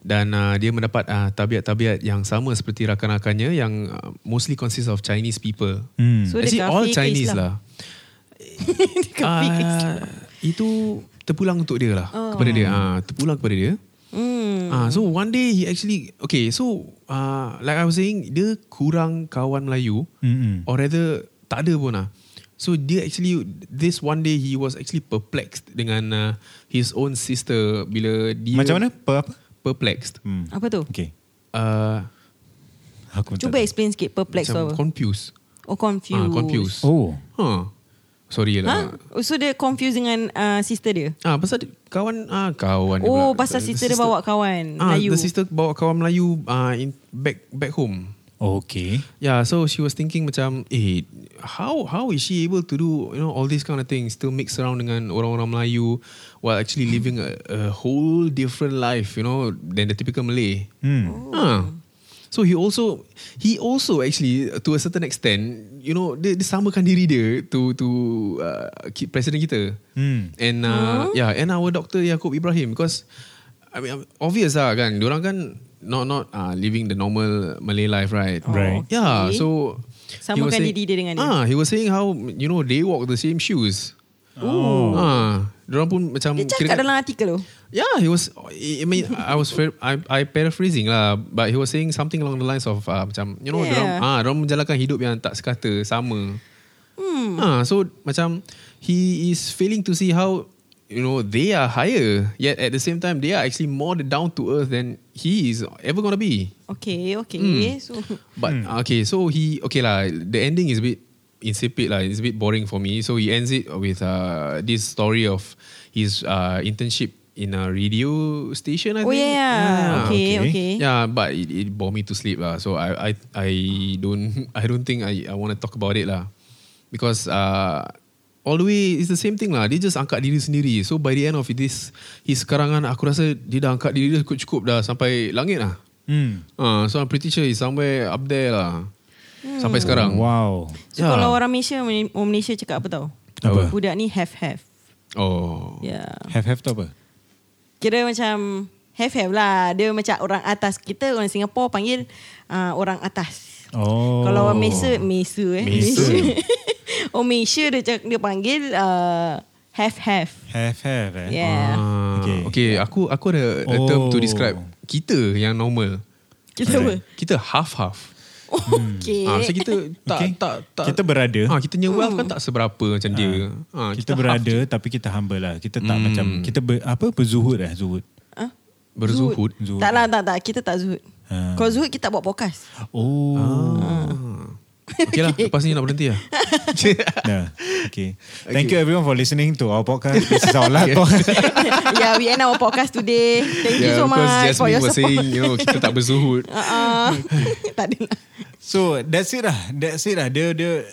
S2: Dan uh, dia mendapat uh, tabiat-tabiat yang sama seperti rakan-rakannya yang uh, mostly consists of Chinese people.
S1: Hmm.
S3: So,
S2: Actually,
S3: dia
S2: all
S3: kafir ke
S2: Chinese
S3: Islam?
S2: lah.
S3: Dia kafir ke Islam?
S2: Ah, itu terpulang untuk dia lah oh. kepada dia. Ah, terpulang kepada dia.
S3: Hmm.
S2: Ah, so one day he actually okay. So ah, like I was saying, dia kurang kawan Melayu,
S1: Mm-mm.
S2: Hmm. or rather tak ada pun lah. So dia actually this one day he was actually perplexed dengan uh, his own sister bila dia
S1: Macam mana? Per apa?
S2: perplexed.
S1: Hmm.
S3: Apa tu?
S1: Okay.
S2: Uh,
S1: Aku pun tak
S3: Cuba explain sikit perplex tu
S2: macam
S3: apa?
S2: confused.
S3: oh confused.
S2: Ah, confused.
S1: tahu. Oh.
S2: Huh. Sorry lah.
S3: Ha? Oh, So dia confused dengan uh, sister dia?
S2: Ah, pasal dia- kawan ah kawan dia
S3: Oh
S2: pula.
S3: pasal
S2: The
S3: sister dia bawa kawan
S2: Ah,
S3: Melayu.
S2: the sister bawa kawan Melayu ah in back back home.
S1: Okay.
S2: Yeah, so she was thinking macam, eh, how how is she able to do you know all these kind of things, still mix around dengan orang-orang Melayu while actually living a, a whole different life, you know, than the typical Malay.
S1: Hmm.
S2: Ah. So he also he also actually uh, to a certain extent, you know, dia, dia samakan diri dia to to uh, ki- presiden kita.
S1: Hmm.
S2: And uh, yeah, and our Dr. Yaacob Ibrahim because I mean obvious lah kan, diorang kan not not uh, living the normal Malay life, right?
S1: Oh, Right.
S3: okay.
S2: Yeah, so he was
S3: Samakan
S2: saying-
S3: diri dia dengan dia.
S2: Ah, he was saying how you know they walk the same shoes. Oh. Ah, diorang pun macam
S3: Dia
S2: kira-
S3: cakap dalam artikel tu.
S2: Yeah, he was. I I mean, I was. fair- I, I paraphrasing lah, but he was saying something along the lines of uh, macam, you know,
S3: Yeah.
S2: yeah. dorang, ah, dorang menjalankan hidup yang tak sekata sama. Hmm. Ah, so macam he is failing to see how you know they are higher, yet at the same time they are actually more the down to earth than he is ever gonna be.
S3: Okay, okay.
S2: Hmm.
S3: So,
S2: But ah, okay, so he okay lah. The ending is a bit insipid lah. It's a bit boring for me. So he ends it with uh, this story of his uh, internship in a radio station. I
S3: oh
S2: think.
S3: yeah,
S2: Ah,
S3: Okay,
S1: okay.
S3: okay.
S2: Yeah, but it, it bore me to sleep lah. So I I I don't I don't think I I want to talk about it lah, because uh, all the way it's the same thing lah. Dia just angkat diri sendiri. So by the end of this his karangan aku rasa dia dah angkat diri dia cukup cukup dah sampai langit lah.
S1: Hmm.
S2: Ah, so I'm pretty sure it's somewhere up there lah. Hmm. Sampai sekarang.
S1: Wow.
S3: So
S2: Yeah.
S3: kalau orang Malaysia, orang Malaysia cakap apa tau?
S2: Ya. Apa?
S3: Budak ni have-have.
S2: Oh.
S3: Yeah.
S1: Have have tu apa?
S3: Kira macam have-have lah. Dia macam orang atas. Kita orang Singapore panggil uh, orang atas.
S1: Oh.
S3: Kalau orang Malaysia, Malaysia eh.
S2: Malaysia.
S3: orang Malaysia dia, cak, dia panggil uh, have-have. Ya.
S1: have have eh.
S3: Yeah.
S2: Ah,
S1: Okay.
S2: okay. okay, aku aku ada a term to
S1: Oh.
S2: describe kita yang normal.
S3: Kita apa?
S2: Kita half-half.
S3: Okay.
S2: Ah, so kita tak
S1: Okay.
S2: okay. tak tak
S1: Kita berada.
S2: Ah, kita punya wealth kan
S3: Hmm.
S2: tak seberapa macam dia. Ah,
S1: kita, berada tapi kita humble lah. Kita tak macam kita ber, apa berzuhud eh zuhud.
S3: Huh?
S2: berzuhud. Ah.
S1: Zuhud.
S3: Tak lah, tak, tak. Kita tak zuhud.
S1: Ha.
S3: Kalau zuhud, kita tak buat podcast.
S1: Oh.
S2: Okay lah, lepas ni nak berhenti lah.
S1: Nah. Okay. Thank you everyone for listening to our podcast. This is our last podcast.
S3: yeah, Ya, we end our podcast today. Thank you so
S2: because
S3: much
S2: Jasmine
S3: for your
S2: was
S3: support.
S2: saying, you know, kita tak berzuhud.
S3: Uh, tak ada lah.
S1: So that's it lah. That's it lah. Dia dia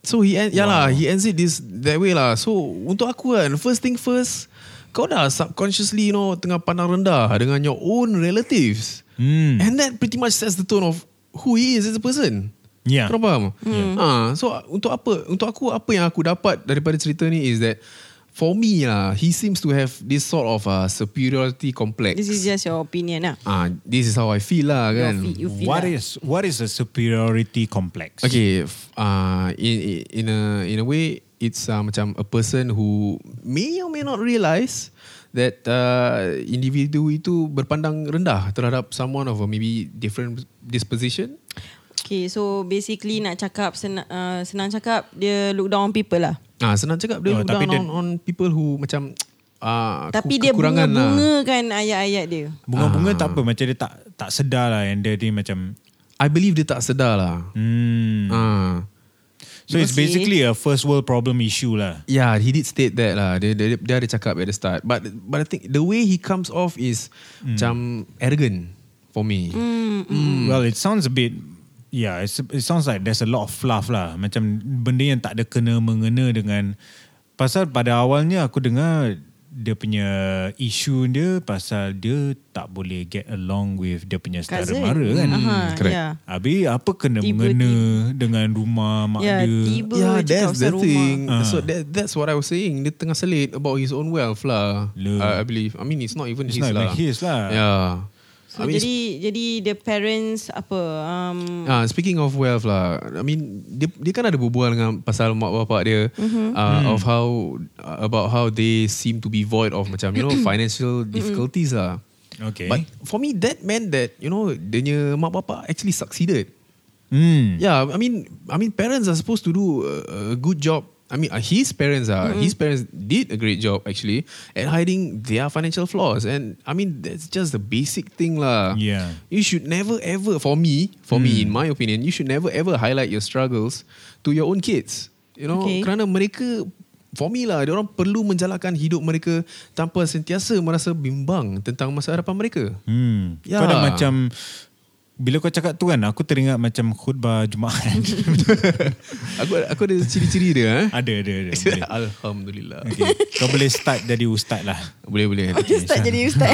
S2: So he end, yeah lah, he ends it this that way lah. So untuk aku kan, first thing first, kau dah subconsciously you know tengah pandang rendah dengan your own relatives.
S1: Hmm.
S2: And that pretty much sets the tone of who he is as a person.
S1: Yeah.
S2: Kau faham?
S3: Hmm.
S2: Ah, so untuk apa? Untuk aku apa yang aku dapat daripada cerita ni is that for me lah, he seems to have this sort of uh, superiority complex.
S3: This is just your opinion lah.
S2: Ah, this is how I feel lah
S3: Your
S2: kan.
S3: feel, you feel
S1: what
S3: lah.
S1: is what is a superiority complex?
S2: Okay, f- uh, in in a in a way, it's uh, macam a person who may or may not realise that uh, individu itu berpandang rendah terhadap someone of a maybe different disposition.
S3: Okay, so basically nak cakap, senang, uh, senang cakap, dia look down on people lah.
S2: Ah, senang cakap dia
S1: Oh,
S2: look
S1: tapi dia-
S2: down on, on people who macam ah
S3: Tapi
S2: ku-
S3: dia
S2: kekurangan lah.
S3: bunga-bunga kan ayat-ayat dia.
S1: Bunga-bunga tak apa macam dia tak tak sedar lah and dia, dia macam
S2: I believe dia tak sedar lah.
S1: hmm.
S2: Ah.
S1: So it's
S3: Okay.
S1: basically a first world problem issue lah.
S2: Yeah, ya, he did state that lah. Dia, dia, dia ada cakap at the start. But but I think the way he comes off is
S1: Hmm.
S2: macam arrogant for me.
S3: Hmm.
S2: Hmm.
S1: Well, it sounds a bit yeah, it's, it sounds like there's a lot of fluff lah. Macam benda yang tak ada kena mengena dengan pasal pada awalnya aku dengar dia punya issue dia pasal dia tak boleh get along with dia punya saudara
S3: Cousin.
S1: mara kan.
S3: Aha,
S2: Mm,
S3: ya.
S2: correct.
S3: yeah.
S1: Habis apa kena
S3: Tiba-tiba.
S1: mengena dengan rumah mak
S3: Ya,
S1: dia.
S3: tiba
S2: Yeah,
S3: je
S2: that's
S3: kawasan
S2: the
S3: rumah.
S2: thing.
S1: Ah.
S2: So that that's what I was saying. Dia tengah selit about his own wealth lah.
S1: Le.
S2: I, I believe. I mean, it's not even
S1: It's
S2: his
S1: not even
S2: lah.
S1: his lah.
S2: Yeah.
S3: So,
S2: I mean,
S3: jadi jadi the parents apa um,
S2: Ah, speaking of wealth lah, I mean dia dia kan ada berbual dengan pasal mak bapak dia mm-hmm. uh,
S1: Hmm.
S2: of how about how they seem to be void of macam you know
S3: Mm-hmm.
S2: financial difficulties lah.
S1: Okay.
S2: But for me that meant that you know dia punya mak bapak actually succeeded.
S1: Hmm.
S2: Yeah, I mean I mean parents are supposed to do a, a good job. I mean uh, his parents are
S1: Mm-hmm.
S2: his parents did a great job actually at hiding their financial flaws and I mean that's just the basic thing lah.
S1: Yeah. Mm.
S2: You should never ever for me, for me in my opinion, you should never ever highlight your struggles to your own kids. You know,
S3: Okay.
S2: kerana mereka for me lah, orang perlu menjalankan hidup mereka tanpa sentiasa merasa bimbang tentang masa hadapan mereka.
S1: Hmm. Yeah.
S2: Ya.
S1: Kau dah macam bila kau cakap tu kan aku teringat macam khutbah Jumaat.
S2: Aku aku ada ciri-ciri dia eh.
S1: ada ada ada. Boleh.
S2: Alhamdulillah.
S1: Okay. Kau boleh start jadi ustaz lah.
S2: Boleh boleh.
S3: okay, Ustaz jadi ustaz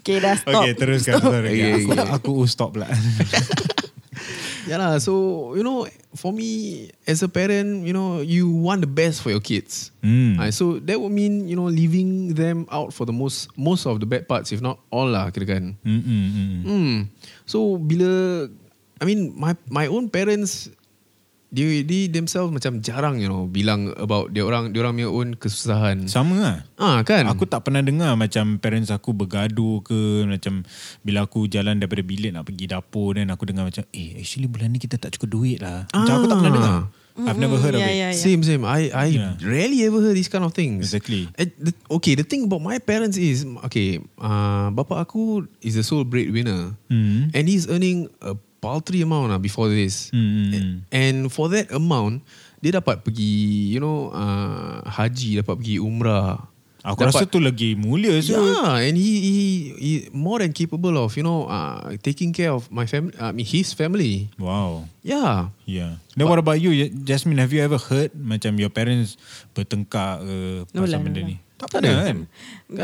S3: Okay dah stop
S1: Okay, teruskan. Sorry.
S2: Okay,
S1: aku,
S2: okay.
S1: aku stop pula.
S2: Yeah lah. So you know, for me as a parent, you know, you want the best for your kids.
S1: Hmm.
S2: Ah, so that would mean you know leaving them out for the most most of the bad parts, if not all lah, kira kan.
S1: Hmm, hmm, hmm.
S2: Hmm. So bila I mean my my own parents they, they themselves macam jarang you know bilang about dia orang dia orang punya own kesusahan.
S1: Sama lah.
S2: Ah kan?
S1: Aku tak pernah dengar macam parents aku bergaduh ke macam bila aku jalan daripada bilik nak pergi dapur dan aku dengar macam eh actually bulan ni kita tak cukup duit lah. Macam aku tak pernah
S2: Ah.
S1: dengar. I've never heard of
S3: yeah,
S1: it.
S3: yeah, yeah.
S2: Same, same. I I
S1: Yeah.
S2: rarely ever heard these kind of things.
S1: Exactly.
S2: Eh, the- okay, the thing about my parents is okay. Uh, bapa aku is the sole breadwinner,
S1: Hmm.
S2: and he's earning a paltry amount lah before this.
S1: Hmm,
S2: A-
S1: hmm.
S2: And for that amount, dia dapat pergi, you know, uh, haji, dapat pergi umrah.
S1: Aku
S2: dapat,
S1: rasa tu lagi mulia so.
S3: Ya.
S2: Yeah, and he, he he more than capable of you know uh, taking care of my family, I mean his family.
S1: Wow.
S2: Yeah.
S1: Yeah. Then what about you, Jasmine? Have you ever heard macam your parents bertengkar uh,
S3: No
S1: pasal
S3: lah,
S1: benda
S3: no
S1: ni? Tak
S2: ada.
S1: pernah kan?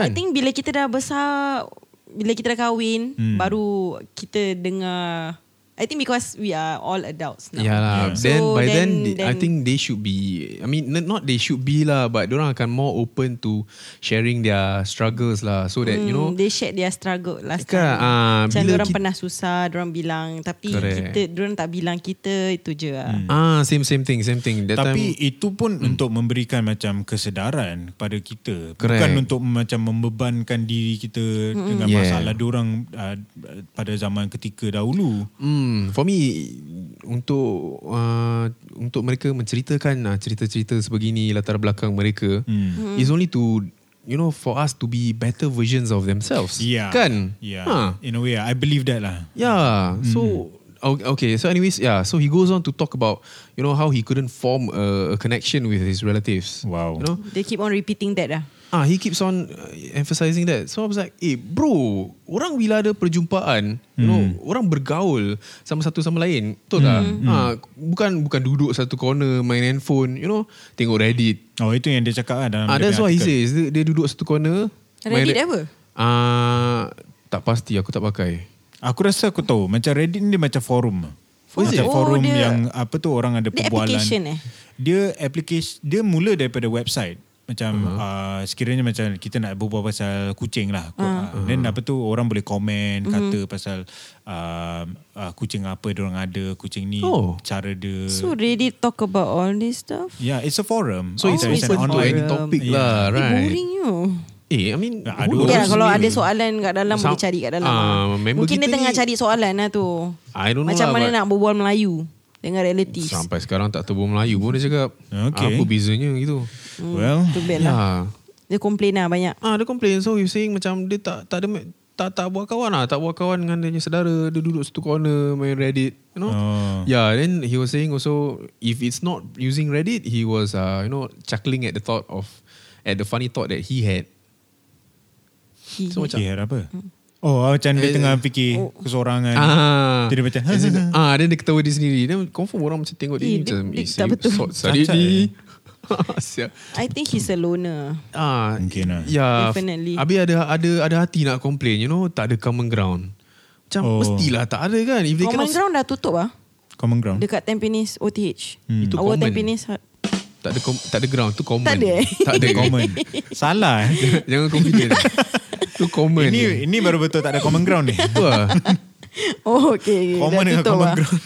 S3: I think bila kita dah besar, bila kita dah kahwin, hmm. baru kita dengar. I think because we are all adults now.
S2: Yeah
S1: Yeah.
S2: lah. Then
S3: So
S2: by then,
S3: then-
S2: they- I
S3: then-
S2: think they should be. I mean, n- not they should be lah, but orang akan more open to sharing their struggles lah, so that
S3: Hmm,
S2: you know.
S3: they shared their struggle last
S2: Kan,
S3: time.
S2: ah,
S3: Macam
S2: bila
S3: orang
S2: kita-
S3: pernah susah, orang bilang. Tapi
S2: Correct.
S3: kita, orang tak bilang kita itu je. Hmm.
S2: Ah, same same thing, same thing. That
S1: Tapi
S2: time, Hmm.
S1: itu pun untuk memberikan macam kesedaran kepada kita.
S2: Correct.
S1: Bukan untuk macam membebankan diri kita dengan
S2: Yeah.
S1: masalah diorang uh, pada zaman ketika dahulu.
S2: Hmm, for me untuk uh, untuk mereka menceritakan uh, cerita-cerita sebegini latar belakang mereka mm.
S3: Hmm.
S2: is only to you know for us to be better versions of themselves.
S1: Yeah.
S2: Kan?
S1: Yeah.
S2: Huh.
S1: Ya. In a way, I believe that lah.
S2: Yeah. So o- okay. So anyways, yeah. So he goes on to talk about you know how he couldn't form a, a connection with his relatives.
S1: Wow.
S2: You know.
S3: They keep on repeating that lah.
S2: Ah, he keeps on uh, emphasizing that. So I was like, eh bro, orang bila ada perjumpaan, you know,
S1: Hmm.
S2: orang bergaul sama satu sama lain. Betul tak? Ah,
S1: Hmm.
S2: bukan bukan duduk satu corner main handphone, you know, tengok Reddit.
S1: Oh, itu yang dia cakap lah dalam
S2: Ah,
S1: dia punya
S2: that's what he
S1: artikel.
S2: says. Dia, dia duduk satu corner. main
S3: Reddit
S2: Re-
S3: apa?
S2: Ah, tak pasti aku tak pakai.
S1: Aku rasa aku tahu. Macam Reddit ni dia macam forum.
S3: Oh, is
S1: macam
S3: it?
S1: forum
S3: Oh, dia-
S1: yang apa tu orang ada
S3: Dia
S1: perbualan.
S3: application eh?
S1: Dia application dia mula daripada website. Macam uh-huh. uh, sekiranya macam kita nak berbual pasal kucing lah.
S3: Uh.
S1: Uh-huh. Then apa tu orang boleh komen uh-huh. kata pasal uh, uh, kucing apa orang ada, kucing ni
S2: Oh.
S1: cara dia.
S3: So Reddit talk about all this stuff?
S1: yeah, it's a forum.
S2: So it's
S1: Macam an
S2: open to any
S3: Oh, forum.
S2: topic
S1: Yeah.
S2: lah,
S3: Eh,
S2: right?
S3: boring you.
S2: Eh, I mean,
S1: Ah, ada orang
S2: who
S3: Okay lah,
S2: knows?
S3: kalau
S1: sendiri.
S3: ada soalan kat dalam,
S2: Some-
S3: boleh cari kat dalam.
S2: Ah,
S3: lah.
S2: member
S3: Mungkin
S2: kita
S3: dia tengah
S2: ni-
S3: cari soalan lah tu.
S2: I don't know
S3: Macam
S2: lah,
S3: mana
S2: but-
S3: nak berbual Melayu dengan relatives.
S2: Sampai sekarang tak terbual Melayu pun dia cakap.
S1: Okay.
S2: Apa bezanya gitu.
S1: Well,
S3: Tu bad lah.
S2: Ya.
S3: Dia complain lah banyak.
S2: Ah, dia complain. So you saying macam dia tak tak ada tak tak buat kawan lah. Tak buat kawan dengan dia punya saudara. Dia duduk satu corner main Reddit. You know?
S1: Oh.
S2: Yeah, then he was saying also if it's not using Reddit, he was uh, you know chuckling at the thought of at the funny thought that he had.
S3: He,
S2: So macam
S1: fikir apa?
S3: Hmm.
S1: Oh, macam dia
S2: Eh,
S1: tengah fikir
S3: Oh.
S1: kesorangan.
S2: Ah.
S1: Dia macam,
S2: As in, ah, then dia ketawa dia sendiri. Then confirm orang macam tengok dia
S3: Eh,
S2: ni
S3: dia-
S2: macam
S3: dia
S2: eh,
S3: tak
S2: serious
S3: betul.
S2: sort sadik
S1: Cacat
S2: ni. Ah, Siap.
S3: I think he's a loner.
S2: Ah,
S1: Mungkin lah.
S2: Ya,
S3: Definitely.
S2: Abi ada ada ada hati nak complain, you know, tak ada common ground. Macam
S1: Oh.
S2: oh. mestilah tak ada kan. If they
S3: Common
S2: cannot,
S3: ground dah tutup ah
S1: Common ground.
S3: dekat Tampines OTH.
S2: Hmm. Itu
S3: Our
S2: common.
S3: Tampines ha-
S2: tak ada com- tak ada ground, tu common.
S3: Tak ada, eh?
S2: Tak ada common.
S1: Common. Salah eh.
S2: Jangan confident. tu common.
S1: Ini ini baru betul tak ada common ground ni.
S2: apa?
S3: Oh okay, okay.
S1: Common
S3: dah
S1: dengan
S3: tutup
S1: common
S3: ah.
S1: ground.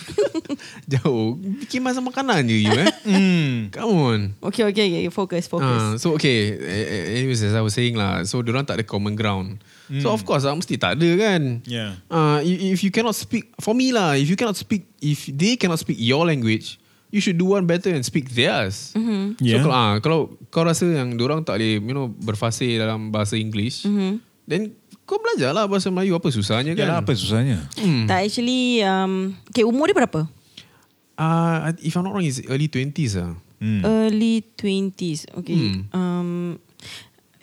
S2: Jauh. Bikin masa makanan je you eh.
S1: Hmm.
S2: Come on.
S3: Okay okay okay Focus
S2: Ah,
S3: focus
S2: so okay Eh, eh, Anyways as I was saying lah So diorang tak ada common ground So of course lah Mesti tak ada kan
S1: Hmm. Yeah.
S2: Ah, i- If you cannot speak For me lah If you cannot speak If they cannot speak your language You should do one better And speak theirs mm-hmm.
S1: Yeah.
S2: So kalau, ah, kalau kau rasa yang diorang tak boleh You know Berfasih dalam bahasa English mm-hmm. Then kau belajar lah bahasa Melayu Apa susahnya kan
S1: Yalah, apa susahnya?
S3: hmm. Tak actually um, Okay umur dia berapa?
S2: Ah, I- If I'm not wrong It's early 20s lah
S3: Early 20s
S2: Hmm.
S3: Okay um,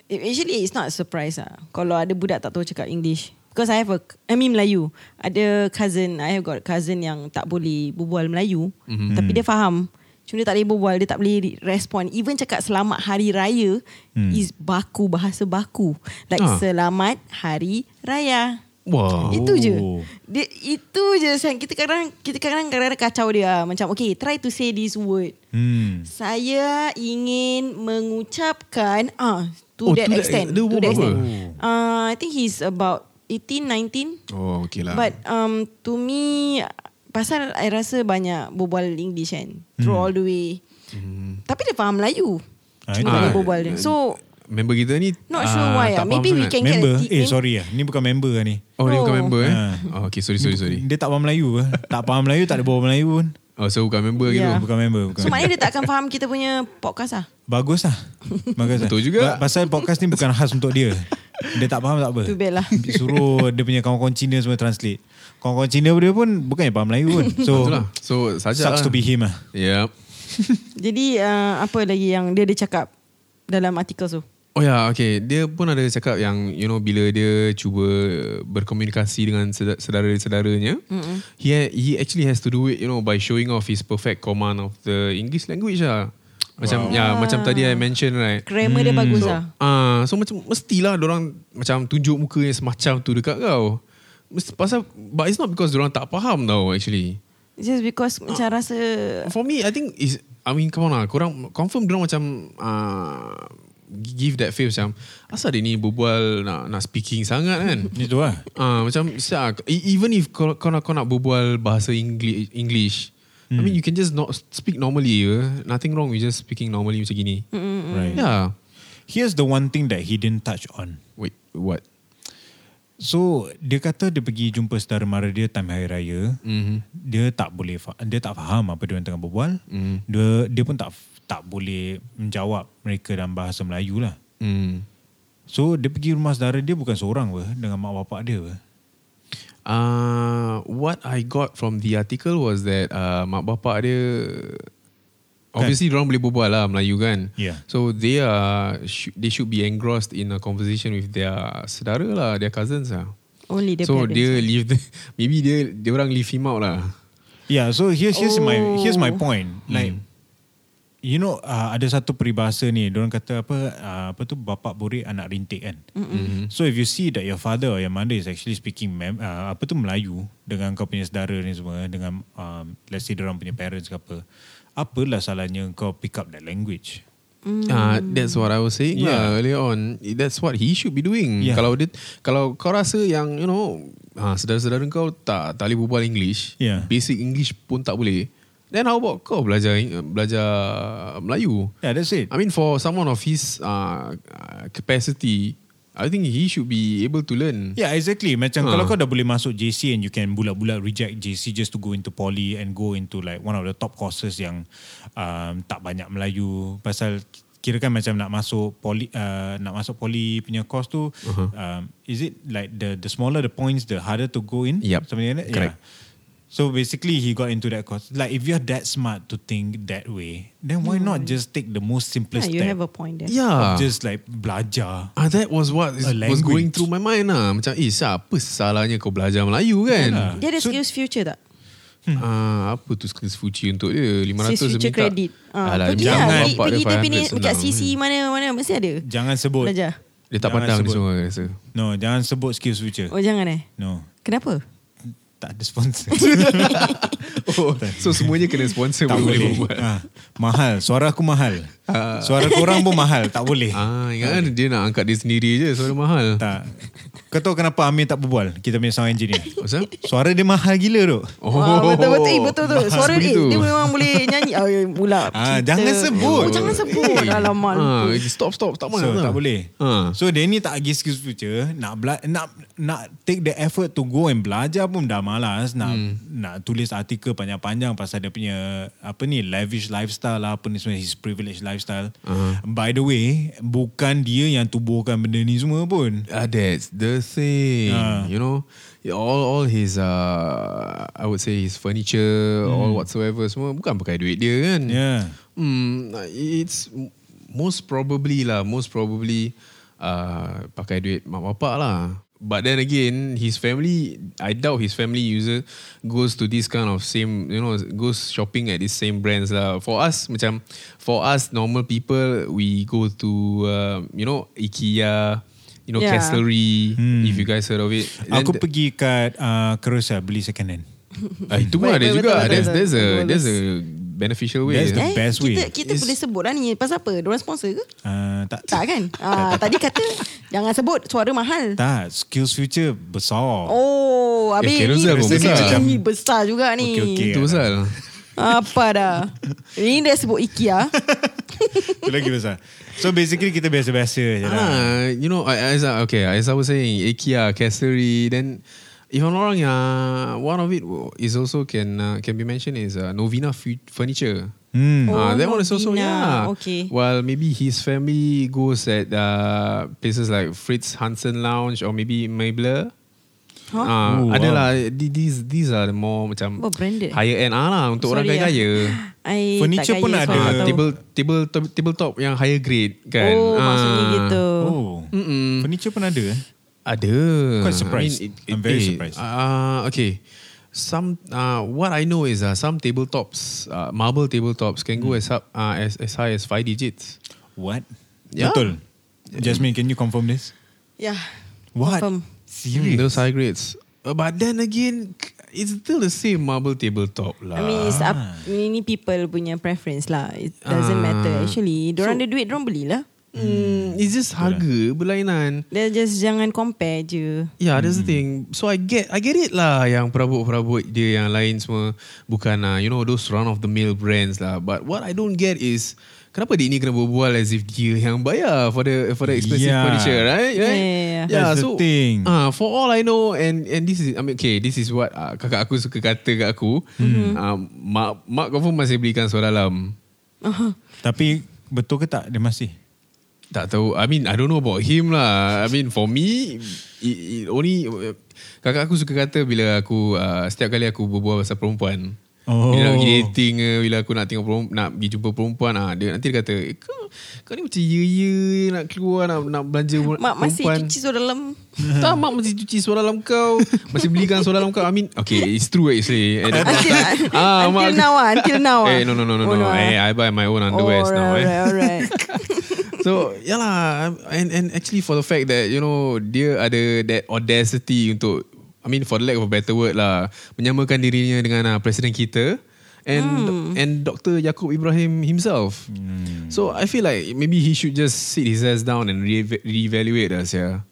S3: it- Actually it's not a surprise lah Kalau ada budak tak tahu cakap English Because I have a I mean Melayu Ada cousin I have got cousin yang Tak boleh berbual Melayu
S2: Hmm.
S3: mm-hmm. Tapi dia faham Cuma dia tak boleh berbual Dia tak boleh re- respon Even cakap selamat hari raya mm. Is baku Bahasa baku Like
S2: Ah.
S3: selamat hari raya
S2: Wow
S3: Itu je.
S1: Oh.
S3: Dia, itu je sayang. Kita kadang kita kadang kadang kacau dia. ah. Macam okay, try to say this word.
S1: Hmm.
S3: Saya ingin mengucapkan ah to
S2: Oh,
S3: that
S2: to that-
S3: extent.
S2: dia
S3: to
S2: umur
S3: that extent.
S2: berapa?
S3: Uh, I think he's about 18, 19.
S2: Oh okay lah
S3: But um, to me, pasal I rasa banyak berbual English kan. Through all the way. Tapi dia faham Melayu.
S1: Ah,
S3: Cuma
S1: itu-
S3: tak boleh
S2: Ah,
S3: berbual dia. So,
S2: Member kita ni
S3: Not sure
S2: ah,
S3: why
S2: tak
S3: ah.
S2: faham
S3: Maybe we
S2: sangat.
S3: can- get
S1: Member?
S3: a tea-
S1: Eh sorry ah. Ni bukan member ah ni.
S2: Oh, dia bukan
S3: Oh.
S2: member eh?
S1: Ah.
S2: Oh, okay, sorry, sorry, sorry.
S1: Dia tak faham Melayu ke? tak faham Melayu, tak ada bawa Melayu pun.
S2: Oh, so bukan member gitu.
S3: Yeah.
S1: Bukan member. Bukan.
S3: so maknanya dia tak akan faham kita punya podcast lah.
S1: Bagus lah. Bagus lah.
S2: Betul juga.
S1: Ba- Pasal podcast ni bukan khas untuk dia. Dia tak faham tak apa.
S3: Too bad lah.
S1: Suruh dia punya kawan-kawan Cina semua translate. Kawan-kawan Cina dia pun bukan yang faham Melayu pun. So,
S2: Betul lah. So, saja
S1: sucks
S2: lah.
S1: to be him lah.
S2: Yep.
S3: Jadi uh, apa lagi yang dia ada cakap dalam artikel tu?
S2: Oh ya, yeah, okay. Dia pun ada cakap yang, you know, bila dia cuba berkomunikasi dengan seda- sedara-sedaranya, mm-hmm. he ha- he actually has to do it, you know, by showing off his perfect command of the English language lah. Macam, wow. ya, macam tadi I mention, right?
S3: Grammar hmm. dia bagus Ah. lah.
S2: Ah, so macam mestilah orang macam tunjuk muka yang semacam tu dekat kau. Mesti, pasal but it's not because orang tak faham tau actually.
S3: It's Just because macam rasa
S2: For me, I think is I mean come on lah. Korang confirm orang macam uh, give that feel macam asal dia ni berbual nak nak speaking sangat kan.
S1: Itu lah.
S2: Ah uh, macam siak, e- even if kau, kau nak kau nak berbual bahasa English English. Hmm. I mean you can just not speak normally. Uh. Nothing wrong with just speaking normally macam gini. Mm-mm.
S1: Right.
S2: Yeah.
S1: Here's the one thing that he didn't touch on.
S2: Wait, what?
S1: So dia kata dia pergi jumpa saudara mara dia time hari raya. Mm-hmm. Dia tak boleh fa- dia tak faham apa dia orang tengah berbual. Mm. Dia dia pun tak tak boleh menjawab mereka dalam bahasa Melayu lah.
S2: Hmm.
S1: So dia pergi rumah saudara dia bukan seorang apa dengan mak bapak dia apa.
S2: Uh, what I got from the article was that uh, mak bapak dia obviously kan. orang boleh berbual lah Melayu kan.
S1: Yeah.
S2: So they are sh- they should be engrossed in a conversation with their saudara lah, their cousins lah.
S3: only dia
S2: so
S3: punya
S2: dia
S3: parents.
S2: leave the, maybe dia dia orang leave him out lah.
S1: Yeah, so here's here's oh. my here's my
S3: Oh.
S1: point. Like you know uh, ada satu peribahasa ni, orang kata apa uh, apa tu bapak borik anak rintik kan. Mm-hmm. So if you see that your father or your mother is actually speaking mem, uh, apa tu Melayu dengan kau punya saudara ni semua dengan um, let's say orang punya parents ke apa. Apalah salahnya kau pick up that language.
S2: Mm. Uh, that's what I was saying yeah. lah earlier on. That's what he should be doing.
S1: Yeah.
S2: Kalau dia kalau kau rasa yang you know ha, saudara-saudara kau tak tak boleh berbual English,
S1: Yeah.
S2: basic English pun tak boleh. Then how about kau belajar eh, belajar Melayu?
S1: Yeah, that's it.
S2: I mean for someone of his uh, uh, capacity, I think he should be able to learn.
S1: Yeah, exactly. Macam
S2: Ha.
S1: kalau kau dah boleh masuk JC and you can bulat-bulat reject JC just to go into poly and go into like one of the top courses yang um, tak banyak Melayu. Pasal kira kan macam nak masuk poly uh, nak masuk poly punya course tu uh-huh. um, is it like the the smaller the points the harder to go in
S2: Yup.
S1: something like that
S2: Correct.
S1: yeah so basically he got into that course like if you're that smart to think that way then why not just take the most
S3: Hmm. yeah,
S1: simplest
S3: you
S1: step
S3: have a point there.
S2: Yeah.
S1: of just like belajar
S2: Ah, that was what is,
S1: A
S2: was going
S1: language.
S2: through my mind lah. Macam, eh, siapa salahnya kau belajar Melayu kan?
S1: Yalah.
S3: Dia ada
S1: So-
S3: skills future tak?
S1: Hmm.
S2: Ah, apa tu skills Fuji untuk dia? 500
S3: Sis
S2: dia minta.
S3: future credit. Ah,
S2: Alah,
S3: pergi
S2: minta
S1: jangan.
S3: lah.
S2: bapak
S3: Pergi, pergi dia punya
S2: 500
S3: dekat
S2: senang.
S3: CC mana-mana mesti ada.
S1: Jangan sebut.
S3: Belajar.
S2: Dia tak
S1: Jangan
S2: pandang ni
S1: sebut.
S2: semua saya rasa.
S1: No, jangan sebut skills future.
S3: Oh jangan eh.
S1: No.
S3: Kenapa?
S1: Tak ada sponsor.
S2: Oh, so semuanya kena sponsor
S1: tak
S2: baru
S1: boleh.
S2: boleh buat.
S1: Ha, mahal. Suara aku mahal. Suara korang pun mahal. Tak boleh.
S2: Ah, ingat kan dia nak angkat dia sendiri je suara mahal.
S1: Tak. Kau tahu kenapa Amir tak berbual? Kita punya sound engineer.
S2: Pasal?
S1: Suara dia mahal gila tu.
S2: Oh,
S3: Wah, betul-betul. Eh, betul tu.
S2: bahas
S3: Suara dia,
S2: begitu.
S3: dia memang boleh nyanyi. Oh, ya, pula.
S1: Ah,
S3: Cerita.
S1: jangan sebut.
S3: Oh, jangan sebut. Alamak.
S2: Ah,
S3: lupa.
S2: stop stop tak
S1: So
S2: mana.
S1: tak boleh
S2: Ha.
S1: So dia ni tak pergi skills future Nak bela- nak nak take the effort to go and belajar pun dah malas Nak
S2: Hmm.
S1: nak tulis artikel panjang-panjang Pasal dia punya Apa ni Lavish lifestyle lah Apa ni semua His privileged lifestyle
S2: Ah.
S1: uh-huh. By the way Bukan dia yang tubuhkan benda ni semua pun
S2: Ah, that's the thing.
S1: Ah.
S2: You know, all all his uh, I would say his furniture,
S1: Hmm.
S2: all whatsoever semua bukan pakai duit dia kan.
S1: Yeah.
S2: Hmm, it's most probably lah, most probably uh, pakai duit mak bapak lah. But then again, his family, I doubt his family user goes to this kind of same, you know, goes shopping at these same brands lah. For us, macam, for us normal people, we go to, uh, you know, IKEA, you know,
S3: Yeah.
S2: Castlery, if you guys heard of it. Then
S1: Hmm. Aku
S2: the-
S1: pergi kat uh, Carousel Beli second hand
S2: Ah, itu pun
S3: Baik,
S2: ada
S3: baik,
S2: juga.
S3: betul, betul,
S2: There's, there's a,
S3: betul.
S2: there's a beneficial way.
S1: That's the
S3: Eh,
S1: best way.
S3: kita, kita
S2: It's-
S3: boleh sebut lah ni. Pasal apa? Diorang sponsor ke?
S1: uh, Tak
S3: Tak kan? Ah, tadi kata jangan sebut suara mahal.
S1: Tak Skills future besar
S3: Oh, habis
S2: Eh,
S3: ni
S2: Carousel
S1: pun
S3: besar.
S1: besar.
S3: Ni besar juga ni.
S1: Okey, okey.
S2: Itu pasal.
S3: Apa dah? Ini dia sebut IKEA.
S1: Itu lagi besar So basically kita biasa-biasa je lah
S2: Ah, you know, I- as I, okay, as I was saying, IKEA, Castlery, then if I'm not wrong, uh, one of it is also can uh, can be mentioned is uh, Novena Fu- Furniture.
S1: Hmm.
S2: Ah,
S3: Oh,
S2: that one is also
S3: Novena,
S2: yeah.
S3: okay.
S2: While maybe his family goes at uh, places like Fritz Hansen Lounge or maybe Mabler.
S3: Huh?
S2: Ah,
S1: Oh,
S2: adalah the- these these are the more macam
S3: Apa branded?
S2: higher end ah lah untuk orang
S3: Sorry,
S2: kaya kaya.
S3: I
S1: Furniture
S3: tak
S1: pun
S3: kaya, so
S1: ada.
S3: I tak
S2: Ah,
S3: tahu.
S2: table table table top yang higher grade kan.
S3: Oh,
S2: Ah.
S3: maksudnya gitu.
S1: Oh
S2: Mm-mm.
S1: Furniture pun ada eh
S2: Ada.
S1: Quite surprised. I'm very surprised.
S2: eh, Uh, okay. Some uh, what I know is uh, some tabletops, uh, marble tabletops can
S1: Hmm.
S2: go as up uh, as as high as five digits.
S1: What?
S2: Yeah.
S1: Betul. Jasmine, can you confirm this?
S3: Yeah.
S1: What?
S3: Ya. Confirm.
S1: Serious?
S2: Those high grades. Uh, but then again, k- it's still the same marble tabletop lah.
S3: I mean, it's mm, up, ini people punya preference lah. It doesn't
S2: Ah.
S3: matter actually. Diorang ada duit, diorang belilah.
S2: Hmm, it's just
S1: lah.
S2: harga berlainan.
S3: Dia just jangan compare je.
S2: Yeah,
S1: Hmm.
S2: that's the thing. So I get I get it lah yang perabot-perabot dia yang lain semua bukan uh, you know those run of the mill brands lah. But what I don't get is kenapa dia ni kena berbual as if dia yang bayar for the for the expensive
S1: Yeah.
S2: furniture, right?
S3: Yeah,
S2: right?
S3: yeah, yeah.
S1: That's the thing.
S2: Uh, for all I know and and this is I mean okay, this is what uh, kakak aku suka kata kat aku.
S3: Mm-hmm.
S2: Uh, mak mak confirm masih belikan suara dalam.
S1: Tapi betul ke tak dia masih?
S2: Tak tahu. I mean, I don't know about him lah. I mean, for me, it, it only... Kakak aku suka kata bila aku... Uh, setiap kali aku berbual pasal perempuan.
S1: Oh.
S2: Bila aku dating ke, bila aku nak tengok perempuan, nak pergi jumpa perempuan, ah, dia nanti dia kata, eh, kau, kau ni macam ye-ye nak keluar, nak, nak belanja
S3: Mak masih
S2: perempuan.
S3: cuci suara dalam.
S2: tak, mak masih cuci suara dalam kau. Masih belikan suara dalam kau. I mean, okay, it's true actually. At that point
S3: Until,
S2: of time- Ah, mak
S3: until
S2: aku-
S3: now ah, until now ah.
S2: Eh, no, no, no, no.
S3: Oh,
S2: no.
S3: ah.
S2: Eh, I buy my own underwear
S3: oh,
S2: now.
S3: alright,
S2: eh.
S3: alright.
S2: So yeah lah I'm- and, and actually for the fact that You know Dia ada that audacity Untuk I mean for the lack of a better word lah Menyamakan dirinya dengan uh, Presiden kita And and Dr. Yaacob Ibrahim himself So I feel like Maybe he should just Sit his ass down And re- reevaluate us yeah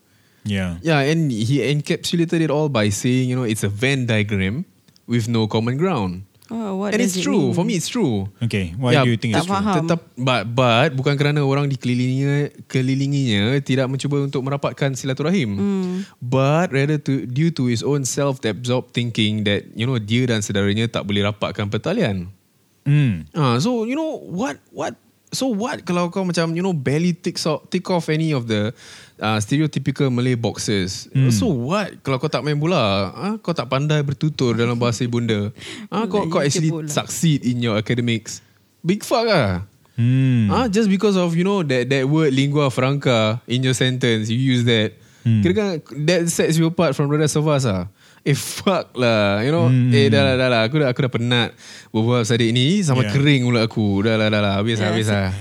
S1: Yeah.
S2: Yeah and he encapsulated it all By saying you know It's a Venn diagram With no common ground
S3: Oh, what
S2: And
S3: does
S2: it's
S3: it
S2: true
S3: mean?
S2: For me it's true
S1: Okay, why do you think it's true?
S3: tak faham.
S2: Tetap, but, but bukan kerana orang dikelilinginya kelilinginya tidak mencuba untuk merapatkan silaturahim.
S3: Hmm.
S2: But rather to, due to his own self-absorbed thinking that you know dia dan saudaranya tak boleh rapatkan pertalian.
S1: Hmm.
S2: Ah, so you know what what so what kalau kau macam you know barely ticks off, tick off any of the uh, stereotypical Malay boxes. So what kalau kau tak main bola, ah kau tak pandai bertutur dalam bahasa ibunda. Ah kau
S3: Melayu
S2: kau
S3: ke
S2: actually
S3: bola?
S2: succeed in your academics. Big fuck ah.
S1: Hmm.
S2: Ah just because of you know that that word lingua franca in your sentence you use that. Hmm. Kira kan that sets you apart from the rest of us lah. Eh fuck lah You know hmm. Eh dah lah dah lah Aku dah, aku dah penat Berbual pasal adik ni
S1: Yeah.
S2: Sama yeah. kering mulut aku Dah lah dah lah Habis lah habis lah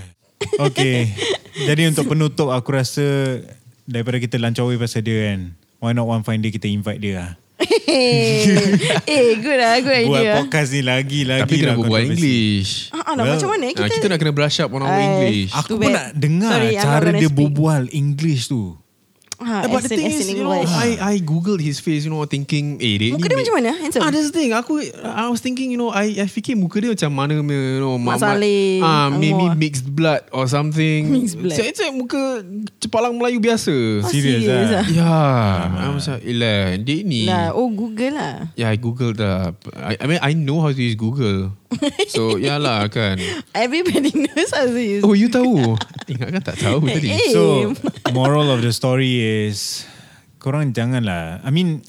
S1: Okay. Jadi untuk penutup aku rasa daripada kita lancawi pasal dia kan. Why not one fine day kita invite dia lah.
S3: eh, good lah, good
S1: Buat
S3: idea.
S1: podcast ni lagi lagi
S2: Tapi kena
S1: lah
S2: berbual
S1: controversy.
S2: English
S3: Ah, ah, lah,
S1: Well,
S3: macam mana
S2: kita,
S3: kita?
S2: kita nak kena brush up on our
S3: Ay.
S2: English
S3: Ah,
S1: Aku
S3: Too
S1: pun
S3: bad.
S1: nak dengar
S3: Sorry, I'm not
S1: cara
S3: gonna
S1: dia
S3: speak.
S1: berbual English tu.
S3: ha,
S2: Eh, but the thing is, you know, I I googled his face, you know, thinking, eh, dia
S3: Ah, Muka
S2: ni
S3: dia
S2: ma-
S3: macam mana? Handsome?
S2: Ah, that's the thing. Aku, I was thinking, you know, I I fikir muka dia macam mana, punya, you know,
S3: Mat
S2: Mat- Mat-
S3: Salleh,
S2: Ah,
S3: Angmoh
S2: maybe
S3: ah.
S2: mixed blood or something.
S3: Mixed blood.
S2: So, it's like muka cepalang Melayu biasa.
S3: Oh,
S1: serious
S3: serious
S1: ah.
S3: ah.
S2: Ya, I was like, Elah, dia ni.
S3: Lah, oh Google lah.
S2: Yeah, I googled lah. I, I mean, I know how to use Google. So, ya lah kan.
S3: Everybody knows how to use.
S2: Oh, you tahu? Ingat kan tak tahu tadi.
S3: Eh,
S1: So,
S3: Same.
S1: moral of the story is korang janganlah. I mean,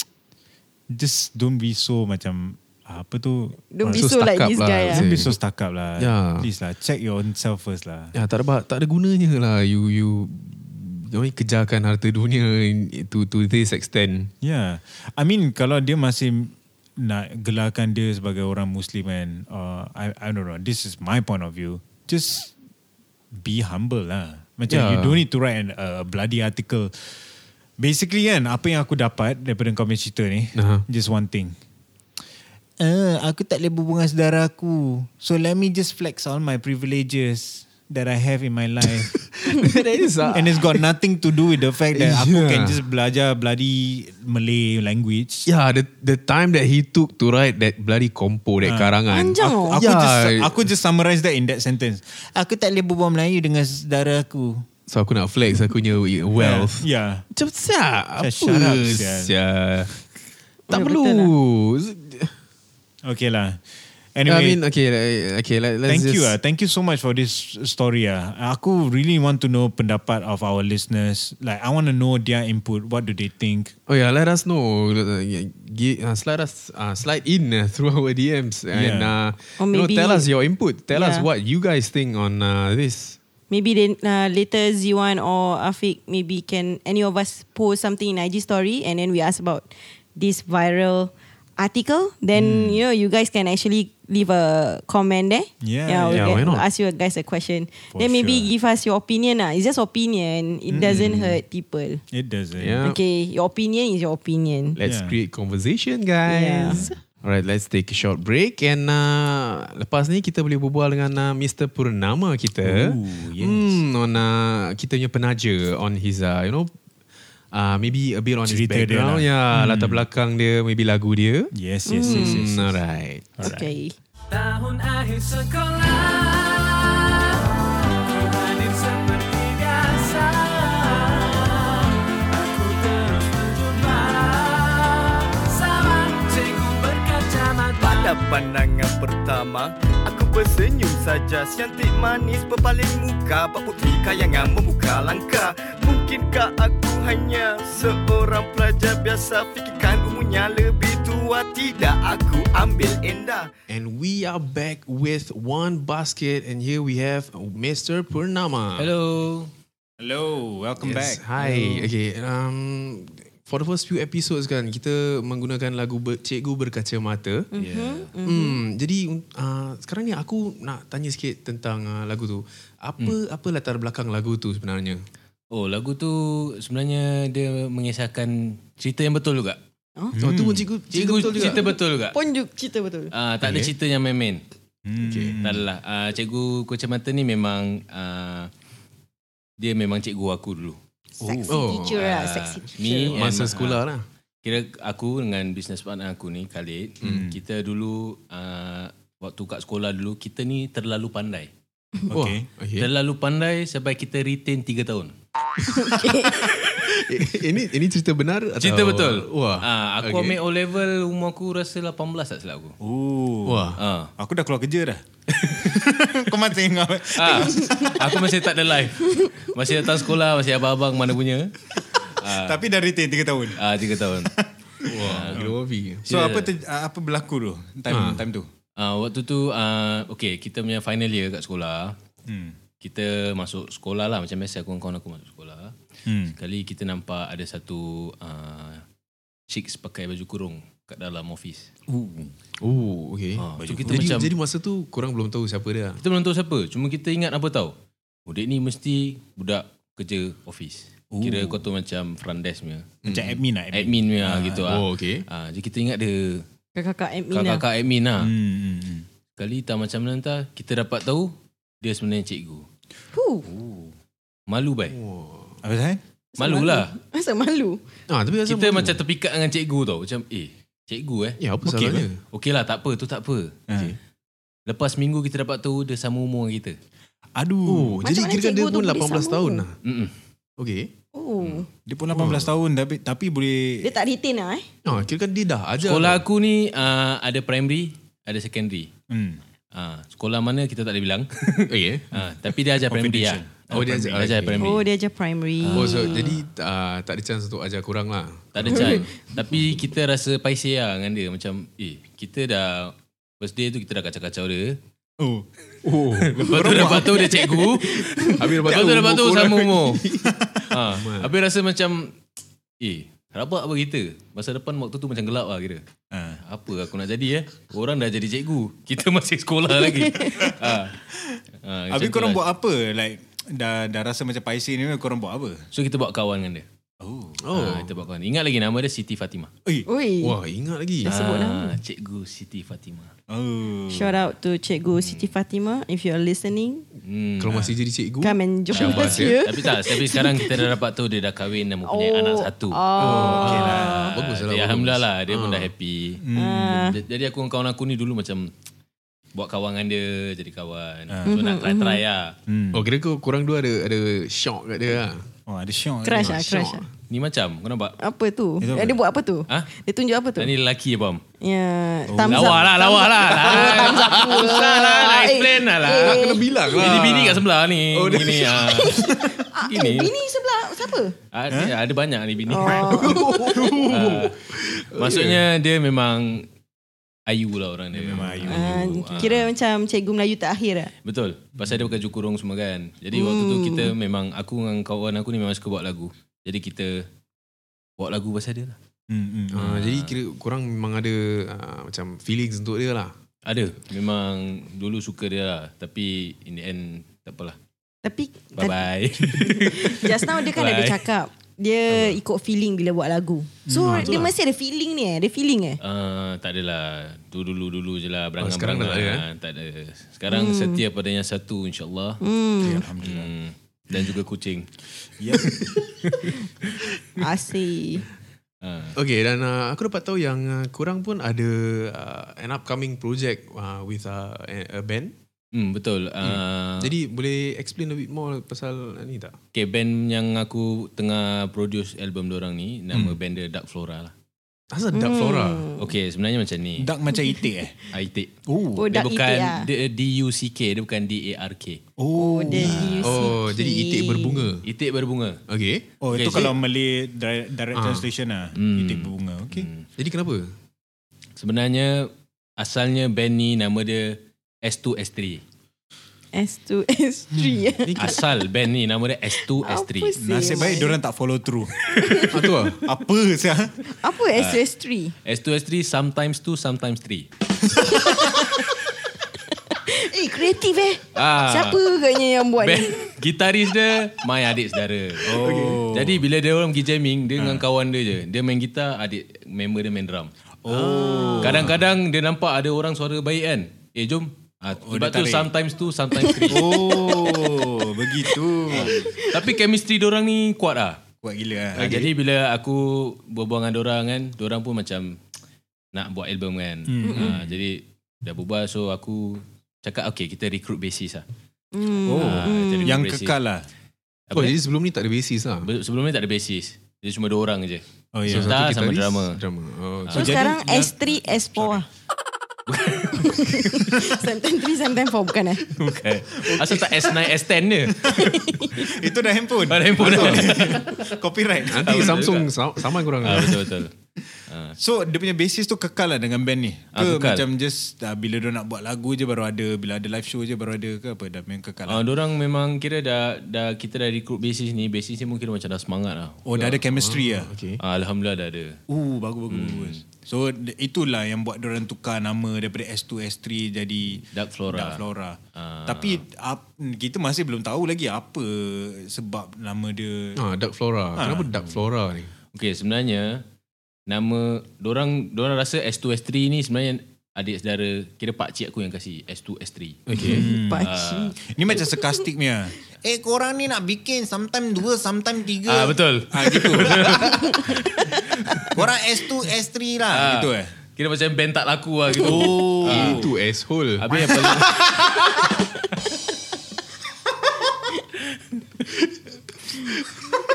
S1: just don't be so macam apa tu.
S3: Don't be
S2: So,
S3: so, like
S2: stuck up
S3: this
S2: lah,
S3: guy
S2: I would
S3: lah.
S2: say.
S1: Don't be so stuck up lah.
S2: Yeah.
S1: Please lah, check yourself first lah.
S2: Ya, tak ada tak ada gunanya lah you you you orang kejarkan harta dunia in- to to this extent.
S1: Yeah. I mean kalau dia masih nak gelarkan dia sebagai orang muslim kan uh, I, I don't know this is my point of view just be humble lah macam yeah.
S2: Yeah.
S1: you don't need to write an, a bloody article basically kan apa yang aku dapat daripada kau punya cerita ni
S2: Aha.
S1: just one thing uh, aku tak boleh berhubung dengan saudara aku so let me just flex all my privileges that I have in my life
S2: That is ah.
S1: And it's got nothing to do with the fact that aku
S2: Yeah.
S1: can just belajar bloody Malay language.
S2: Yeah, the the time that he took to write that bloody compo,
S1: Ah.
S2: that karangan.
S3: Panjang
S1: Aku,
S3: oh.
S1: aku
S2: Yeah.
S1: just aku just summarize that in that sentence. Aku tak boleh berbual Melayu dengan saudara aku.
S2: So aku nak flex aku punya wealth.
S1: Yeah.
S2: Macam siap, apa
S1: Sia, shut up, sia.
S2: siap. Tak
S3: Ya,
S2: perlu.
S3: betul
S1: yeah. Okay lah.
S2: I
S1: Anyway,
S2: mean, okay, like, okay, let, let's
S1: thank
S2: just...
S1: you ah. Thank you so much for this story ah. Aku really want to know pendapat of our listeners. Like I want to know their input. What do they think?
S2: Oh yeah, let us know. Gi- Uh, slide us, uh, slide in uh, through our DMs and
S1: Yeah.
S2: uh,
S3: Or
S2: you know,
S3: maybe-
S2: tell us your input. Tell us
S3: Yeah.
S2: what you guys think on uh, this.
S3: Maybe then uh, later Z1 or Afiq maybe can any of us post something in IG story and then we ask about this viral article. Then you know you guys can actually leave a comment there.
S1: Yeah,
S3: yeah. We'll
S2: yeah,
S3: get-
S2: why not?
S3: we'll ask you guys a question.
S1: For
S3: then maybe
S1: sure.
S3: give us your opinion. Ah, it's just opinion. It doesn't hurt people.
S1: It doesn't.
S2: Yeah.
S3: Okay, your opinion is your opinion.
S2: Let's
S1: Yeah.
S2: create conversation, guys. Alright, let's take a short break and uh, lepas ni kita boleh berbual dengan uh, Mr. Purnama kita.
S1: Ooh, yes.
S2: Hmm, on uh, kita punya penaja on his uh, you know uh, maybe a bit on
S1: Cerita dia
S2: his
S1: lah.
S2: background, ya, yeah, latar belakang dia, maybe lagu dia.
S1: Yes, yes, yes, yes.
S2: Hmm, alright.
S3: Okay.
S4: Tahun akhir sekolah Hadir seperti biasa Aku terus berjumpa Sama cikgu berkacamata
S5: Pada pandangan pertama Aku bersenyum saja Siantik manis Berpaling muka Bak putih kayangan membuka langkah Mungkinkah aku hanya Seorang pelajar biasa Fikirkan umurnya lebih tua Tidak aku ambil endah
S2: And we are back with one basket, and here we have Mr. Purnama.
S1: Hello. Hello. Welcome
S2: Yes,
S1: back.
S2: Hi. Okay. Um, for the first few episodes kan kita menggunakan lagu Ber- Cikgu Berkacamata.
S3: Mm-hmm.
S1: Yeah.
S2: Hmm, jadi uh, sekarang ni aku nak tanya sikit tentang uh, lagu tu. Apa apa latar belakang lagu tu sebenarnya?
S6: Oh lagu tu sebenarnya dia mengisahkan cerita yang betul juga.
S3: mm-hmm.
S2: Hmm. Oh, tu pun cikgu cikgu,
S6: Cikgu
S2: betul juga.
S6: cerita betul juga.
S3: Ponjuk cerita betul.
S6: Ah uh, tak okay. ada
S2: Okay.
S6: cerita yang main-main.
S2: Okay.
S6: Hmm. Tak adalah uh, cikgu kacamata ni memang uh, dia memang cikgu aku dulu.
S3: Sexy
S2: Oh.
S3: teacher lah,
S6: Ah,
S3: sexy
S6: me-
S3: teacher.
S6: Yeah,
S2: Masa
S6: ma-
S2: sekolah lah.
S6: Kira aku dengan business partner aku ni Khalid, hmm. kita dulu uh, waktu kat sekolah dulu kita ni terlalu pandai.
S1: Okay.
S2: Wah, okay.
S6: Yeah. Terlalu pandai sampai kita retain 3 tahun.
S2: Eh, ini ini cerita benar atau
S6: Cerita betul.
S2: Wah.
S6: Ah, aku okay. ambil O level umur aku rasa 18 tak silap aku.
S1: Ooh.
S2: Wah.
S6: Ah.
S1: Aku dah keluar kerja dah. Kau masih ingat.
S6: Ah, aku masih tak ada life. Masih datang sekolah, masih abang-abang mana punya.
S1: Tapi dah retain 3 tahun.
S6: Ah, tiga tahun. Ah,
S2: Wah, global.
S1: So yeah. apa ter, apa berlaku tu time ha. time tu?
S6: Ah, waktu tu, ah, okay, kita punya final year kat sekolah.
S1: Hmm.
S6: Kita masuk sekolah lah. Macam biasa aku dengan kawan aku masuk sekolah.
S1: Hmm.
S6: Sekali kita nampak ada satu uh, chicks pakai baju kurung kat dalam office.
S2: Oh, okay.
S6: Ha,
S1: Baju
S6: so kita
S2: Jadi,
S6: macam
S2: jadi masa tu korang belum tahu siapa dia.
S6: kita belum tahu siapa. Cuma kita ingat apa tahu. Budak ni mesti budak kerja office. Kira kau tu macam front desk punya.
S1: Macam admin lah. Admin.
S6: Admin punya gitu ah.
S2: Hmm. Oh, okay.
S6: Ah, jadi kita ingat dia
S3: Kakak-kakak admin lah.
S6: kakak-kakak admin lah.
S1: Hmm, hmm, hmm.
S6: Kali tak macam mana entah, kita dapat tahu dia sebenarnya cikgu. Oh.
S3: Huh,
S6: Malu bai.
S1: Apa saya?
S6: Malulah.
S3: Masa malu.
S2: Ah, tapi asal
S6: Kita
S2: mana?
S6: macam terpikat dengan cikgu tau. Macam eh, cikgu eh.
S2: Ya, apa
S1: Okey,
S2: salahnya?
S6: Okey lah, tak apa. Tu tak apa.
S2: Ha.
S1: Okay.
S6: Lepas minggu kita dapat tahu dia sama umur dengan kita.
S1: Aduh.
S2: Oh,
S3: Macam
S2: jadi
S3: mana
S2: kira kan dia
S3: cikgu tu
S2: pun 18
S3: boleh sambung?
S2: tahun lah.
S6: Mm-mm.
S2: Okay.
S6: Hmm.
S3: Oh,
S1: Dia pun 18 tahun tapi, tapi boleh...
S3: dia tak retain lah eh.
S2: Ah, kira kan dia dah ajar.
S6: Sekolah aku ni uh, ada primary, ada secondary.
S1: Hmm.
S6: Uh, sekolah mana kita tak boleh bilang.
S2: Okay.
S6: uh, tapi dia ajar primary lah.
S2: Oh, dia ajar-
S6: ajar
S2: okay.
S6: primary.
S3: Oh, dia ajar primary.
S2: Oh, so, jadi ah, tak ada chance untuk ajar korang lah.
S6: Tak ada chance. Tapi kita rasa paiseh lah dengan dia. Macam, eh, kita dah... First day tu kita dah kacau-kacau dia.
S1: Oh.
S2: Oh.
S6: Lepas tu dapat tahu dia cikgu.
S2: Habis dapat
S6: Lepas
S2: tahu.
S6: tu dapat tahu
S2: umur
S6: sama
S2: korang.
S6: umur. ha. Habis rasa macam, eh, rabak apa kita? Masa depan waktu tu macam gelap lah kira.
S1: Ha.
S6: Apa aku nak jadi eh? Orang dah jadi cikgu. Kita masih sekolah lagi. ha. Ha, macam
S1: Habis
S6: tu
S1: korang
S6: lah.
S1: buat apa? Like, dah, dah rasa macam paisi ni, korang buat apa?
S6: So kita buat kawan dengan dia.
S1: Oh.
S6: Oh.
S2: Ah,
S6: Ha, kita buat kawan. Ingat lagi nama dia Siti Fatimah.
S1: Eh.
S3: Oi,
S2: Wah, ingat lagi.
S3: dah sebut nama.
S6: Ha, cikgu Siti Fatimah.
S1: Oh.
S3: Shout out to Cikgu Siti Fatima. If you're listening,
S6: Hmm.
S2: Kalau masih jadi cikgu.
S3: come and join us
S6: Syabas, ya.
S3: here.
S6: Tapi tak, tapi sekarang kita dah dapat tahu dia dah kahwin dan mempunyai anak satu.
S3: Oh,
S2: okay lah.
S6: Ah,
S2: Bagus lah.
S6: dia
S2: bagus.
S6: Alhamdulillah lah Dia pun dah happy
S1: Ah.
S6: hmm. Jadi aku dengan kawan aku ni dulu macam Buat kawan dengan dia Jadi kawan
S2: Ah.
S6: So nak try-try lah
S2: Oh, kira kau korang dua ada ada shock kat dia lah.
S1: hmm. Oh, ada syok.
S3: crush lah, crush lah.
S6: Ni macam Kau nampak
S3: Apa tu?
S1: Itu apa?
S3: Dia buat apa tu?
S6: Ha?
S3: Dia tunjuk apa tu?
S6: Tak ni lelaki apa
S3: Ya,
S6: Lawa lah Lawa lah
S3: Thumbs up.
S6: Susah lah Nak
S3: Eh,
S6: explain lah lah
S2: Kau kena bilang lah.
S6: Bini-bini kat sebelah ni oh, Bini
S3: Ah,
S6: ah.
S3: eh,
S6: Gini.
S3: bini sebelah siapa?
S6: Ah,
S2: Eh?
S6: ada, ada banyak ni bini Ah. Maksudnya dia memang Ayu lah orang dia Memang ayu
S3: Ah, kira macam cikgu Melayu terakhir lah.
S6: Betul. Pasal dia pakai baju kurung semua kan. Jadi hmm. waktu tu kita memang aku dengan kawan aku ni memang suka buat lagu. Jadi kita buat lagu pasal dia lah.
S1: Hmm, hmm.
S2: Ah, jadi kira korang memang ada ah, macam feelings untuk dia lah.
S6: Ada. Memang dulu suka dia lah. Tapi in the end tak apalah.
S3: Tapi
S6: Bye-bye.
S3: just now dia kan ada
S6: Bye.
S3: cakap dia ikut feeling bila buat lagu. So
S2: Hmm,
S3: dia mesti ada feeling ni eh, ada feeling eh.
S6: uh, tak adalah. Tu dulu-dulu je lah. Berangan,
S2: Oh, sekarang dah tak ada, eh?
S6: tak ada. Sekarang hmm. setia pada yang satu insyaAllah.
S1: Okay, Ya, Alhamdulillah.
S6: Hmm. Dan juga kucing.
S1: Ya.
S2: Ya.
S3: Asyik.
S6: Uh,
S2: Okay, dan ah, aku dapat tahu yang ah, korang pun ada ah, an upcoming project ah, with ah, a, a band.
S6: hmm, betul.
S1: Ah.
S6: Uh,
S2: Jadi boleh explain a bit more pasal ah, ni tak?
S6: Okay, band yang aku tengah produce album orang ni, nama band dia Dark Flora lah.
S2: Asal
S1: Hmm.
S2: Dark Flora?
S3: Hmm.
S2: Oh,
S6: Okay, sebenarnya macam ni.
S1: Dark macam itik eh.
S6: Aitik.
S1: Oh.
S3: Oh,
S6: Dia
S3: dak
S6: bukan
S3: itik lah.
S6: dia, D-U-C-K, dia bukan D-A-R-K.
S3: Oh, dia D-U-C-K.
S2: Oh, jadi itik berbunga.
S6: Itik berbunga.
S2: Okay.
S1: Oh,
S6: Okay,
S1: itu
S6: so-
S1: kalau Malay direct, direct translation lah. Itik berbunga. Okay.
S2: Jadi kenapa?
S6: Hmm. Sebenarnya, asalnya band ni nama dia S2S3.
S3: S2, S3.
S2: Hmm.
S6: Asal band ni nama dia S2S3.
S3: Apa sih?
S1: Nasib baik diorang tak follow through.
S2: ah, tu lah.
S1: Apa sih?
S3: Apa
S2: Ah.
S3: S2, S3?
S6: S2S3 sometimes 2, sometimes 3.
S3: Eh, kreatif eh.
S6: Ah.
S3: Siapa agaknya yang buat
S6: Band,
S3: ni?
S6: gitaris dia, my adik saudara. Oh. Jadi bila dia orang pergi jamming, dia dengan kawan dia je. Dia main gitar, adik member dia main drum. Oh. Kadang-kadang dia nampak ada orang suara baik kan. Eh, jom. Ah, sebab tu
S1: Oh, tarik.
S6: sometimes 2, sometimes 3.
S1: Oh, begitu.
S6: Tapi chemistry dorang ni kuat lah.
S1: Kuat gila lah.
S6: Okay. Jadi bila aku berbual dengan dorang kan, dorang pun macam nak buat album kan. Mm. Ha, jadi dah berbual so aku cakap okay kita recruit basis lah.
S3: Hmm.
S1: Oh.
S6: Ha, kita recruit
S1: Yang
S6: bassist.
S1: kekal lah.
S2: Oh,
S6: Apa dia?
S2: jadi sebelum ni tak ada basis lah.
S6: Be- Sebelum ni tak ada basis. Dia cuma dua orang je.
S1: Oh,
S6: So,
S1: ya.
S6: Gitar
S2: Satu
S6: sama
S2: gitaris,
S6: drama.
S2: Drama. Oh,
S3: So,
S1: jadi
S3: sekarang
S1: dia-
S3: S3, S4 lah. sometimes 3, sometimes 4 bukan eh?
S6: Bukan. Asal tak S9, S10 je.
S1: Itu dah handphone.
S6: Pada Oh, handphone.
S1: Copyright.
S2: Ha? Nanti Samsung sa- saman lah. korang.
S6: Ah, betul betul.
S1: So dia punya basis tu kekal lah dengan band ni
S6: Ah,
S1: Ke
S6: kekal.
S1: macam just uh, Bila dia nak buat lagu je baru ada Bila ada live show je baru ada ke apa Dah memang kekal lah
S6: Ah, orang memang kira dah dah kita dah recruit basis ni, basis ni mungkin macam dah semangat lah.
S1: Oh dah ada chemistry lah
S2: Okay.
S6: Ah, Alhamdulillah dah ada.
S1: Uh, bagus, bagus, hmm. bagus. So, d- itulah yang buat orang tukar nama daripada S2, S3 jadi
S6: Dark Flora.
S1: Dark Flora.
S6: Ah.
S1: Tapi ap, kita masih belum tahu lagi apa sebab nama dia.
S2: Ah, Dark Flora. Ha. Kenapa Dark Flora ni?
S6: Okay, sebenarnya nama orang orang rasa S2 S3 ni sebenarnya adik saudara kira pak cik aku yang kasi S2 S3.
S2: Okay.
S6: Hmm.
S3: Pakcik.
S1: Ni macam sarkastik punya. Eh, korang ni nak bikin sometime dua, sometime tiga.
S6: Ah betul.
S1: Ah, gitu. korang S2, S3 lah. Ah. Gitu eh.
S6: Kira macam band tak laku lah gitu. Oh.
S1: Ah.
S2: Itu asshole.
S6: Habis yang paling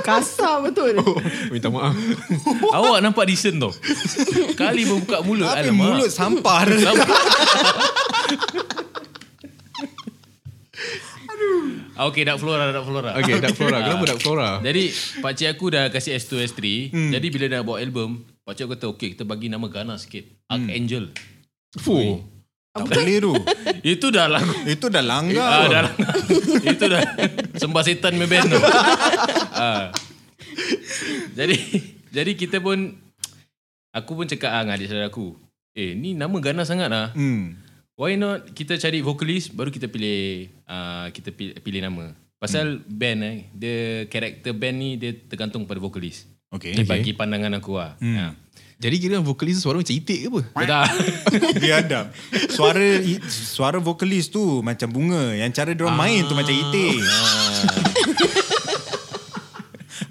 S3: Kasar betul.
S2: Oh. Minta maaf.
S6: awak nampak decent tau. Kali berbuka mulut
S1: Tapi mulut sampah.
S6: Ah, okay, Dark Flora, Dark Flora. Ah.
S2: Okay, Dark Flora.
S1: Ah.
S2: Kenapa Dark Flora? Hmm.
S6: Jadi pakcik aku dah kasi S2 S3. Jadi bila dah buat album, pakcik aku kata okay kita bagi nama Ghana sikit.
S2: Hmm.
S6: Archangel.
S2: Fuh.
S1: tak boleh tu.
S6: Itu dah lagu.
S1: Itu dah langgar.
S2: Eh,
S6: Ah,
S1: tu.
S6: dah lah. Itu dah sembah setan punya band tu. ah. Jadi jadi kita pun aku pun cakap ah, dengan adik saudara aku. Eh ni nama ganas sangat lah.
S1: Hmm.
S6: Why not kita cari vokalis baru kita pilih uh, kita pilih, pilih nama. Pasal hmm. band eh, dia karakter band ni dia tergantung pada vokalis.
S1: Okay.
S6: Ini bagi pandangan aku lah. Hmm. Ha.
S2: Jadi kira vokalis suara macam itik ke apa?
S6: Tak.
S1: Biadab. Suara suara vokalis tu macam bunga. Yang cara dia ah. main tu macam itik. Ah.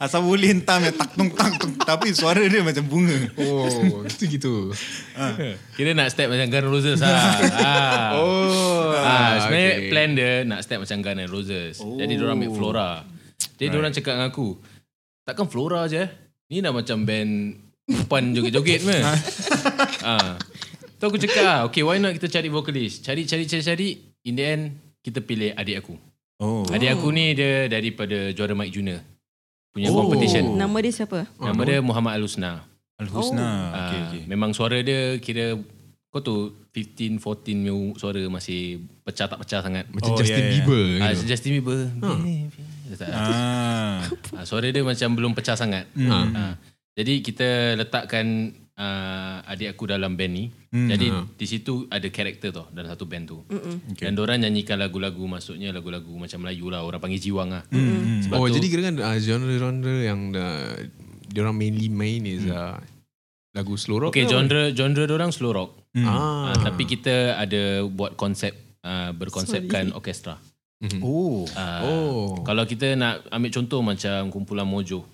S1: Asal boleh hentam yang tak tung tak tung. Tapi suara dia macam bunga.
S2: Oh, itu gitu.
S6: Kira nak step macam Guns N' Roses lah. ha.
S2: Oh.
S6: Ah, sebenarnya okay. plan dia nak step macam Guns N' Roses. Oh. Jadi diorang ambil Flora. Jadi right. diorang cakap dengan aku, takkan Flora je eh? Ni dah macam band perempuan joget-joget meh. ah. Tu aku cakap, ah, okay why not kita cari vokalis. Cari, cari, cari, cari. In the end, kita pilih adik aku.
S1: Oh.
S6: Adik aku ni dia daripada juara Mike Junior. Punya
S2: Oh.
S6: oh. competition.
S3: Nama dia siapa?
S6: Nama dia Muhammad Al-Husna.
S1: Al-Husna. Oh. Okay,
S6: Okay,
S1: okay.
S6: Ah, Memang suara dia kira kau tu 15 14 punya suara masih pecah tak pecah sangat.
S2: Macam
S1: Oh,
S2: Justin
S1: yeah, yeah.
S2: Bieber.
S6: Ah,
S2: Yeah.
S6: uh, Justin Bieber.
S2: Ha. Hmm.
S6: Dia tak-
S1: Ah. Hmm.
S6: Ah, suara dia macam belum pecah sangat.
S2: Ah.
S6: Ah. Jadi kita letakkan uh, adik aku dalam band ni.
S1: Hmm.
S2: Hmm,
S6: Jadi
S2: ha.
S6: di situ ada karakter tau dalam satu band tu. Okay. Dan orang nyanyikan lagu-lagu maksudnya lagu-lagu macam Melayu lah orang panggil jiwang lah.
S1: Hmm,
S6: Mm.
S2: Oh, jadi kira kan uh, genre-genre yang uh, diorang mainly main is uh, lagu slow rock ke
S6: Hmm. Okay,
S2: apa?
S6: genre genre orang slow rock.
S1: Hmm.
S2: Ah.
S6: Ah. tapi kita ada buat konsep uh, berkonsepkan Sorry. orkestra. Ah,
S1: Oh.
S2: Hmm. Oh.
S6: Kalau kita nak ambil contoh macam kumpulan Mojo.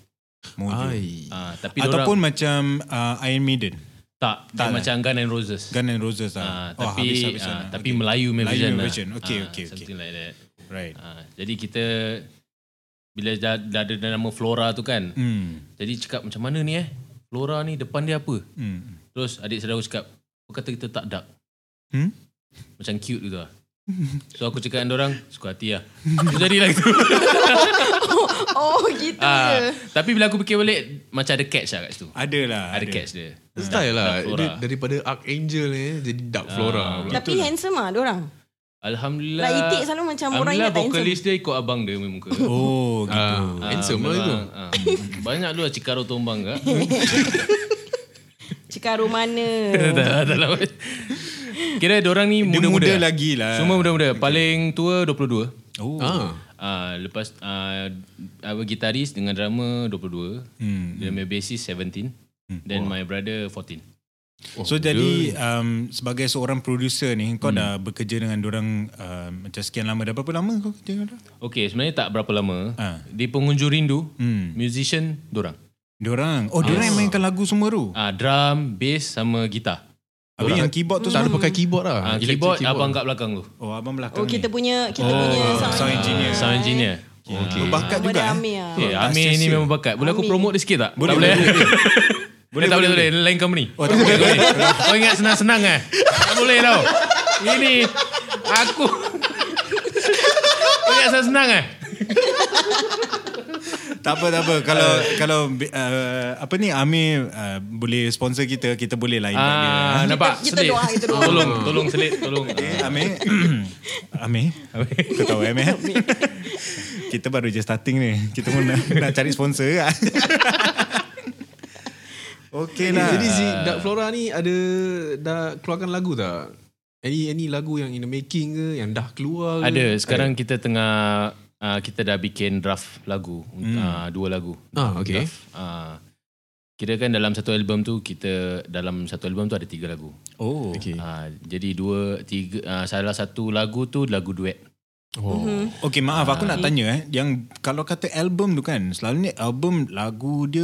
S1: Mojo.
S2: Ai.
S6: Uh, tapi
S1: Ataupun
S6: Ataupun
S1: macam uh, Iron Maiden.
S6: tak, tak
S1: tak, eh?
S6: macam Gun and Roses.
S1: Gun and Roses
S6: Ah,
S1: lah.
S6: tapi
S1: habis-habisan
S6: ah,
S1: lah.
S6: tapi Melayu punya
S1: Melayu punya
S6: version. lah.
S1: version. Okay, okay,
S6: Ah,
S1: okay.
S6: Something like that.
S1: Right.
S6: Ah, jadi kita bila dah, dah ada nama Flora tu kan.
S1: Hmm.
S6: Jadi cakap macam mana ni eh? Flora ni depan dia apa?
S1: Hmm.
S6: Terus adik saudara aku cakap, kau kata kita tak dark.
S1: Hmm?
S6: Macam cute gitu lah. So aku cakap dengan orang suka hati lah. So, jadilah gitu.
S3: Oh, gitu je.
S6: Ah, tapi bila aku fikir balik, macam ada catch lah kat situ.
S1: Adalah.
S6: Ada catch dia.
S2: Style lah.
S6: Ah, Dark Flora.
S2: Dia, daripada Archangel ni jadi Dark lah. Flora. pula.
S3: Tapi handsome ah dia orang.
S6: Alhamdulillah.
S3: Like itik selalu macam orang
S6: Alhamdulillah
S3: ingat tak handsome.
S6: vokalis dia ikut abang dia punya muka.
S1: Oh, gitu.
S2: Ah, handsome lah itu.
S6: memang, ah. Banyak dulu lah Cikaro Tombang kak.
S3: Cikaru mana?
S6: tak, lah, tak, lah. Kira orang ni
S1: Dia muda,
S6: muda-muda.
S1: lagi lah.
S6: Semua muda-muda. Paling tua 22.
S1: Oh.
S2: Ah.
S6: Ah, lepas ah, our gitaris dengan drama 22. Hmm. Dia punya bassist 17. Hmm. Then my brother 14.
S2: Oh.
S1: So jadi um, sebagai seorang producer ni
S6: Hmm.
S1: kau dah bekerja dengan orang um, macam sekian lama dah berapa lama kau kerja dengan dia?
S6: Okay, sebenarnya tak berapa lama.
S1: Ah.
S6: Di Pengunjung Rindu,
S1: Hmm.
S6: musician dorang.
S1: Diorang. Oh, diorang yang mainkan lagu semua tu.
S6: Ah, drum, bass sama gitar.
S1: Habis yang keyboard tu
S2: Tak ada
S1: semua.
S2: pakai keyboard lah.
S6: Ah,
S2: Electric
S6: keyboard, abang kat belakang tu. Ah,
S1: Oh, abang belakang
S3: Oh, kita
S1: ni.
S3: punya kita punya sound,
S1: sound engineer.
S6: Sound engineer.
S1: Okay. Berbakat
S3: Nama
S1: Ya. juga.
S3: dia
S1: eh.
S3: Amir ah.
S6: Eh, Amir ni memang bakat. Boleh aku
S3: Amir.
S6: promote dia sikit tak?
S1: Boleh,
S6: tak boleh.
S1: boleh, boleh.
S6: Boleh, tak boleh, boleh. Lain company. Oh, tak boleh. Kau ingat senang-senang eh? Tak boleh tau. Ini aku Kau ingat senang-senang eh?
S1: tak apa tak apa kalau kalau uh, apa ni Amir uh, boleh sponsor kita kita boleh lah lain
S6: Ah, nampak
S3: kita
S6: selit.
S3: doa, kita doa.
S6: Tolong, tolong selit, tolong.
S1: Eh, Amir Amir Kau tahu Amir eh? Kita baru je starting ni Kita pun nak, nak cari sponsor kan Okay lah
S2: Jadi
S6: Ah.
S2: si Dark Flora ni ada dah keluarkan lagu tak? Any any lagu yang in the making ke yang dah keluar ke?
S6: Ada, sekarang kita tengah uh, kita dah bikin draft lagu, hmm. uh, dua lagu.
S2: Ah, okay.
S6: Draft. Uh, kira kan dalam satu album tu kita dalam satu album tu ada tiga lagu.
S1: Oh
S2: Okay.
S6: Uh, jadi dua tiga uh, salah satu lagu tu lagu duet.
S2: Oh.
S1: Okay maaf aku nak tanya eh Yang kalau kata album tu kan Selalunya album lagu dia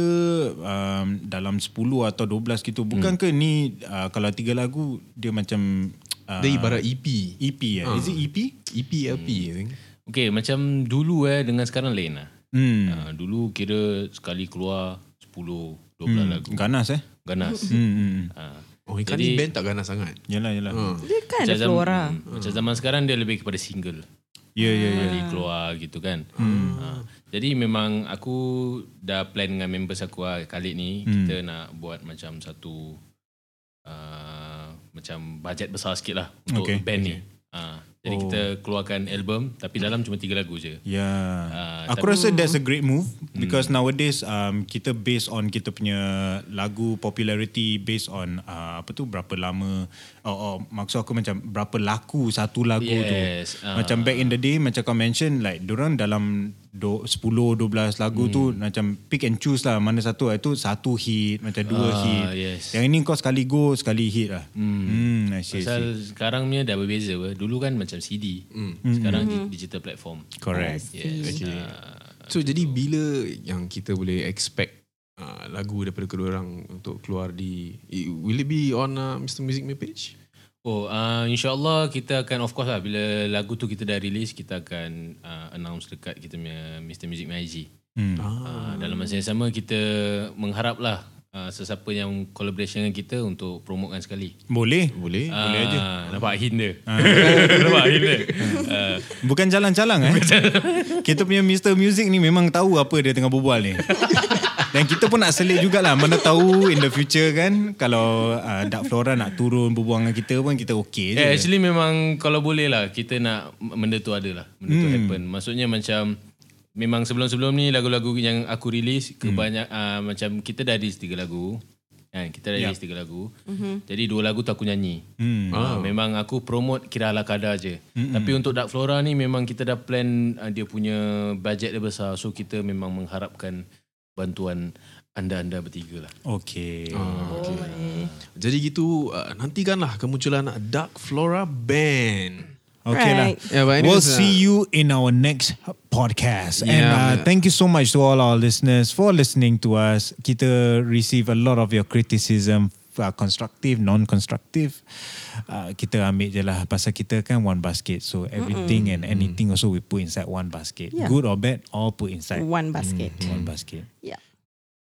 S1: um, Dalam 10 atau 12 gitu
S6: Hmm.
S1: Bukan ke ni uh, Kalau tiga lagu Dia macam
S6: Ah.
S1: uh,
S2: Dia ibarat E EP.
S1: EP eh
S2: Hmm.
S1: Is it
S2: E
S1: EP?
S2: EP LP I think.
S6: Okay, macam dulu eh dengan sekarang lain lah.
S1: Hmm.
S6: Uh, dulu kira sekali keluar 10, 12 hmm. lagu.
S1: Ganas eh
S6: Ganas.
S1: hmm, hmm.
S6: Uh,
S2: Oh, ikan
S6: Jadi-
S2: ni band tak ganas sangat.
S1: Yalah yalah
S6: Hmm.
S2: Ha.
S3: Dia kan ada Hmm. flora.
S6: macam zaman sekarang dia lebih kepada single.
S1: Ya ya Hmm. ya
S6: Jadi keluar gitu kan. Ha. Jadi memang aku dah plan dengan members aku lah, kali ni hmm. kita nak buat macam satu uh, macam bajet besar sikit lah untuk
S1: Okay.
S6: okay. band okay. ni. Ha. Jadi oh. kita keluarkan album tapi dalam cuma tiga lagu je.
S1: Yeah.
S6: Ah,
S1: Uh, Ya. aku
S6: tapi- Hmm.
S1: rasa that's a great move because nowadays um, kita based on kita punya lagu popularity based on uh, apa tu berapa lama or, or maksud aku macam berapa laku satu lagu
S6: Yes,
S1: tu.
S6: ah.
S1: Macam back in the day macam kau mention like diorang dalam do, 10 12 lagu tu
S6: Hmm.
S1: macam pick and choose lah mana satu itu satu hit macam dua
S6: Ah,
S1: hit.
S6: yes.
S1: Yang ini kau sekali go sekali hit lah. Hmm, I see, I see.
S6: Pasal sekarang punya dah berbeza apa. Dulu kan macam CD.
S2: Hmm.
S1: Hmm.
S6: Sekarang
S3: Hmm.
S6: di- digital platform.
S1: Correct.
S6: Yes. Ah.
S2: Okay. So jadi bila yang kita boleh expect uh, lagu daripada kedua orang untuk keluar di i- will it be on uh, Mr Music My page?
S6: Oh, uh, insyaAllah kita akan, of course lah, bila lagu tu kita dah release, kita akan uh, announce dekat kita punya Mr. Music My IG.
S1: Hmm.
S6: Uh, dalam masa yang sama, kita mengharaplah uh, sesiapa yang collaboration dengan kita untuk promotekan sekali.
S1: Boleh.
S2: Boleh. Uh,
S6: Boleh aja. Nampak hint dia. nampak hint dia. Uh,
S1: Bukan jalan-jalan eh. kita punya Mr. Music ni memang tahu apa dia tengah berbual ni. Dan kita pun nak selit jugalah. Mana tahu in the future kan. Kalau uh, Dark Flora nak turun berbual dengan kita pun kita okey je.
S6: Eh, actually memang kalau boleh lah kita nak benda tu ada lah. Benda hmm. tu happen. Maksudnya macam memang sebelum-sebelum ni lagu-lagu yang aku release kebanyak uh, macam kita dah release tiga lagu. Kan, kita dah release tiga lagu. Jadi dua lagu tu aku nyanyi.
S1: Hmm.
S6: Ah, Hmm. memang aku promote kira ala kadar je. Tapi untuk Dark Flora ni memang kita dah plan uh, dia punya bajet dia besar. So kita memang mengharapkan bantuan anda-anda bertiga lah.
S1: Okey.
S2: Ah,
S6: Ah.
S2: Oh. jadi gitu uh, nantikanlah kemunculan Dark Flora Band.
S1: Okay lah.
S3: Right.
S2: Yeah, but
S1: we'll
S2: anyways, uh,
S1: see you in our next podcast.
S2: Yeah.
S1: And uh, thank you so much to all our listeners for listening to us. Kita receive a lot of your criticism, uh, constructive, non-constructive. Uh, kita ambil je lah pasal kita kan one basket. So everything and anything also we put inside one basket.
S3: Yeah.
S1: Good or bad, all put inside
S3: Mm, One basket.
S1: one basket.
S3: Yeah.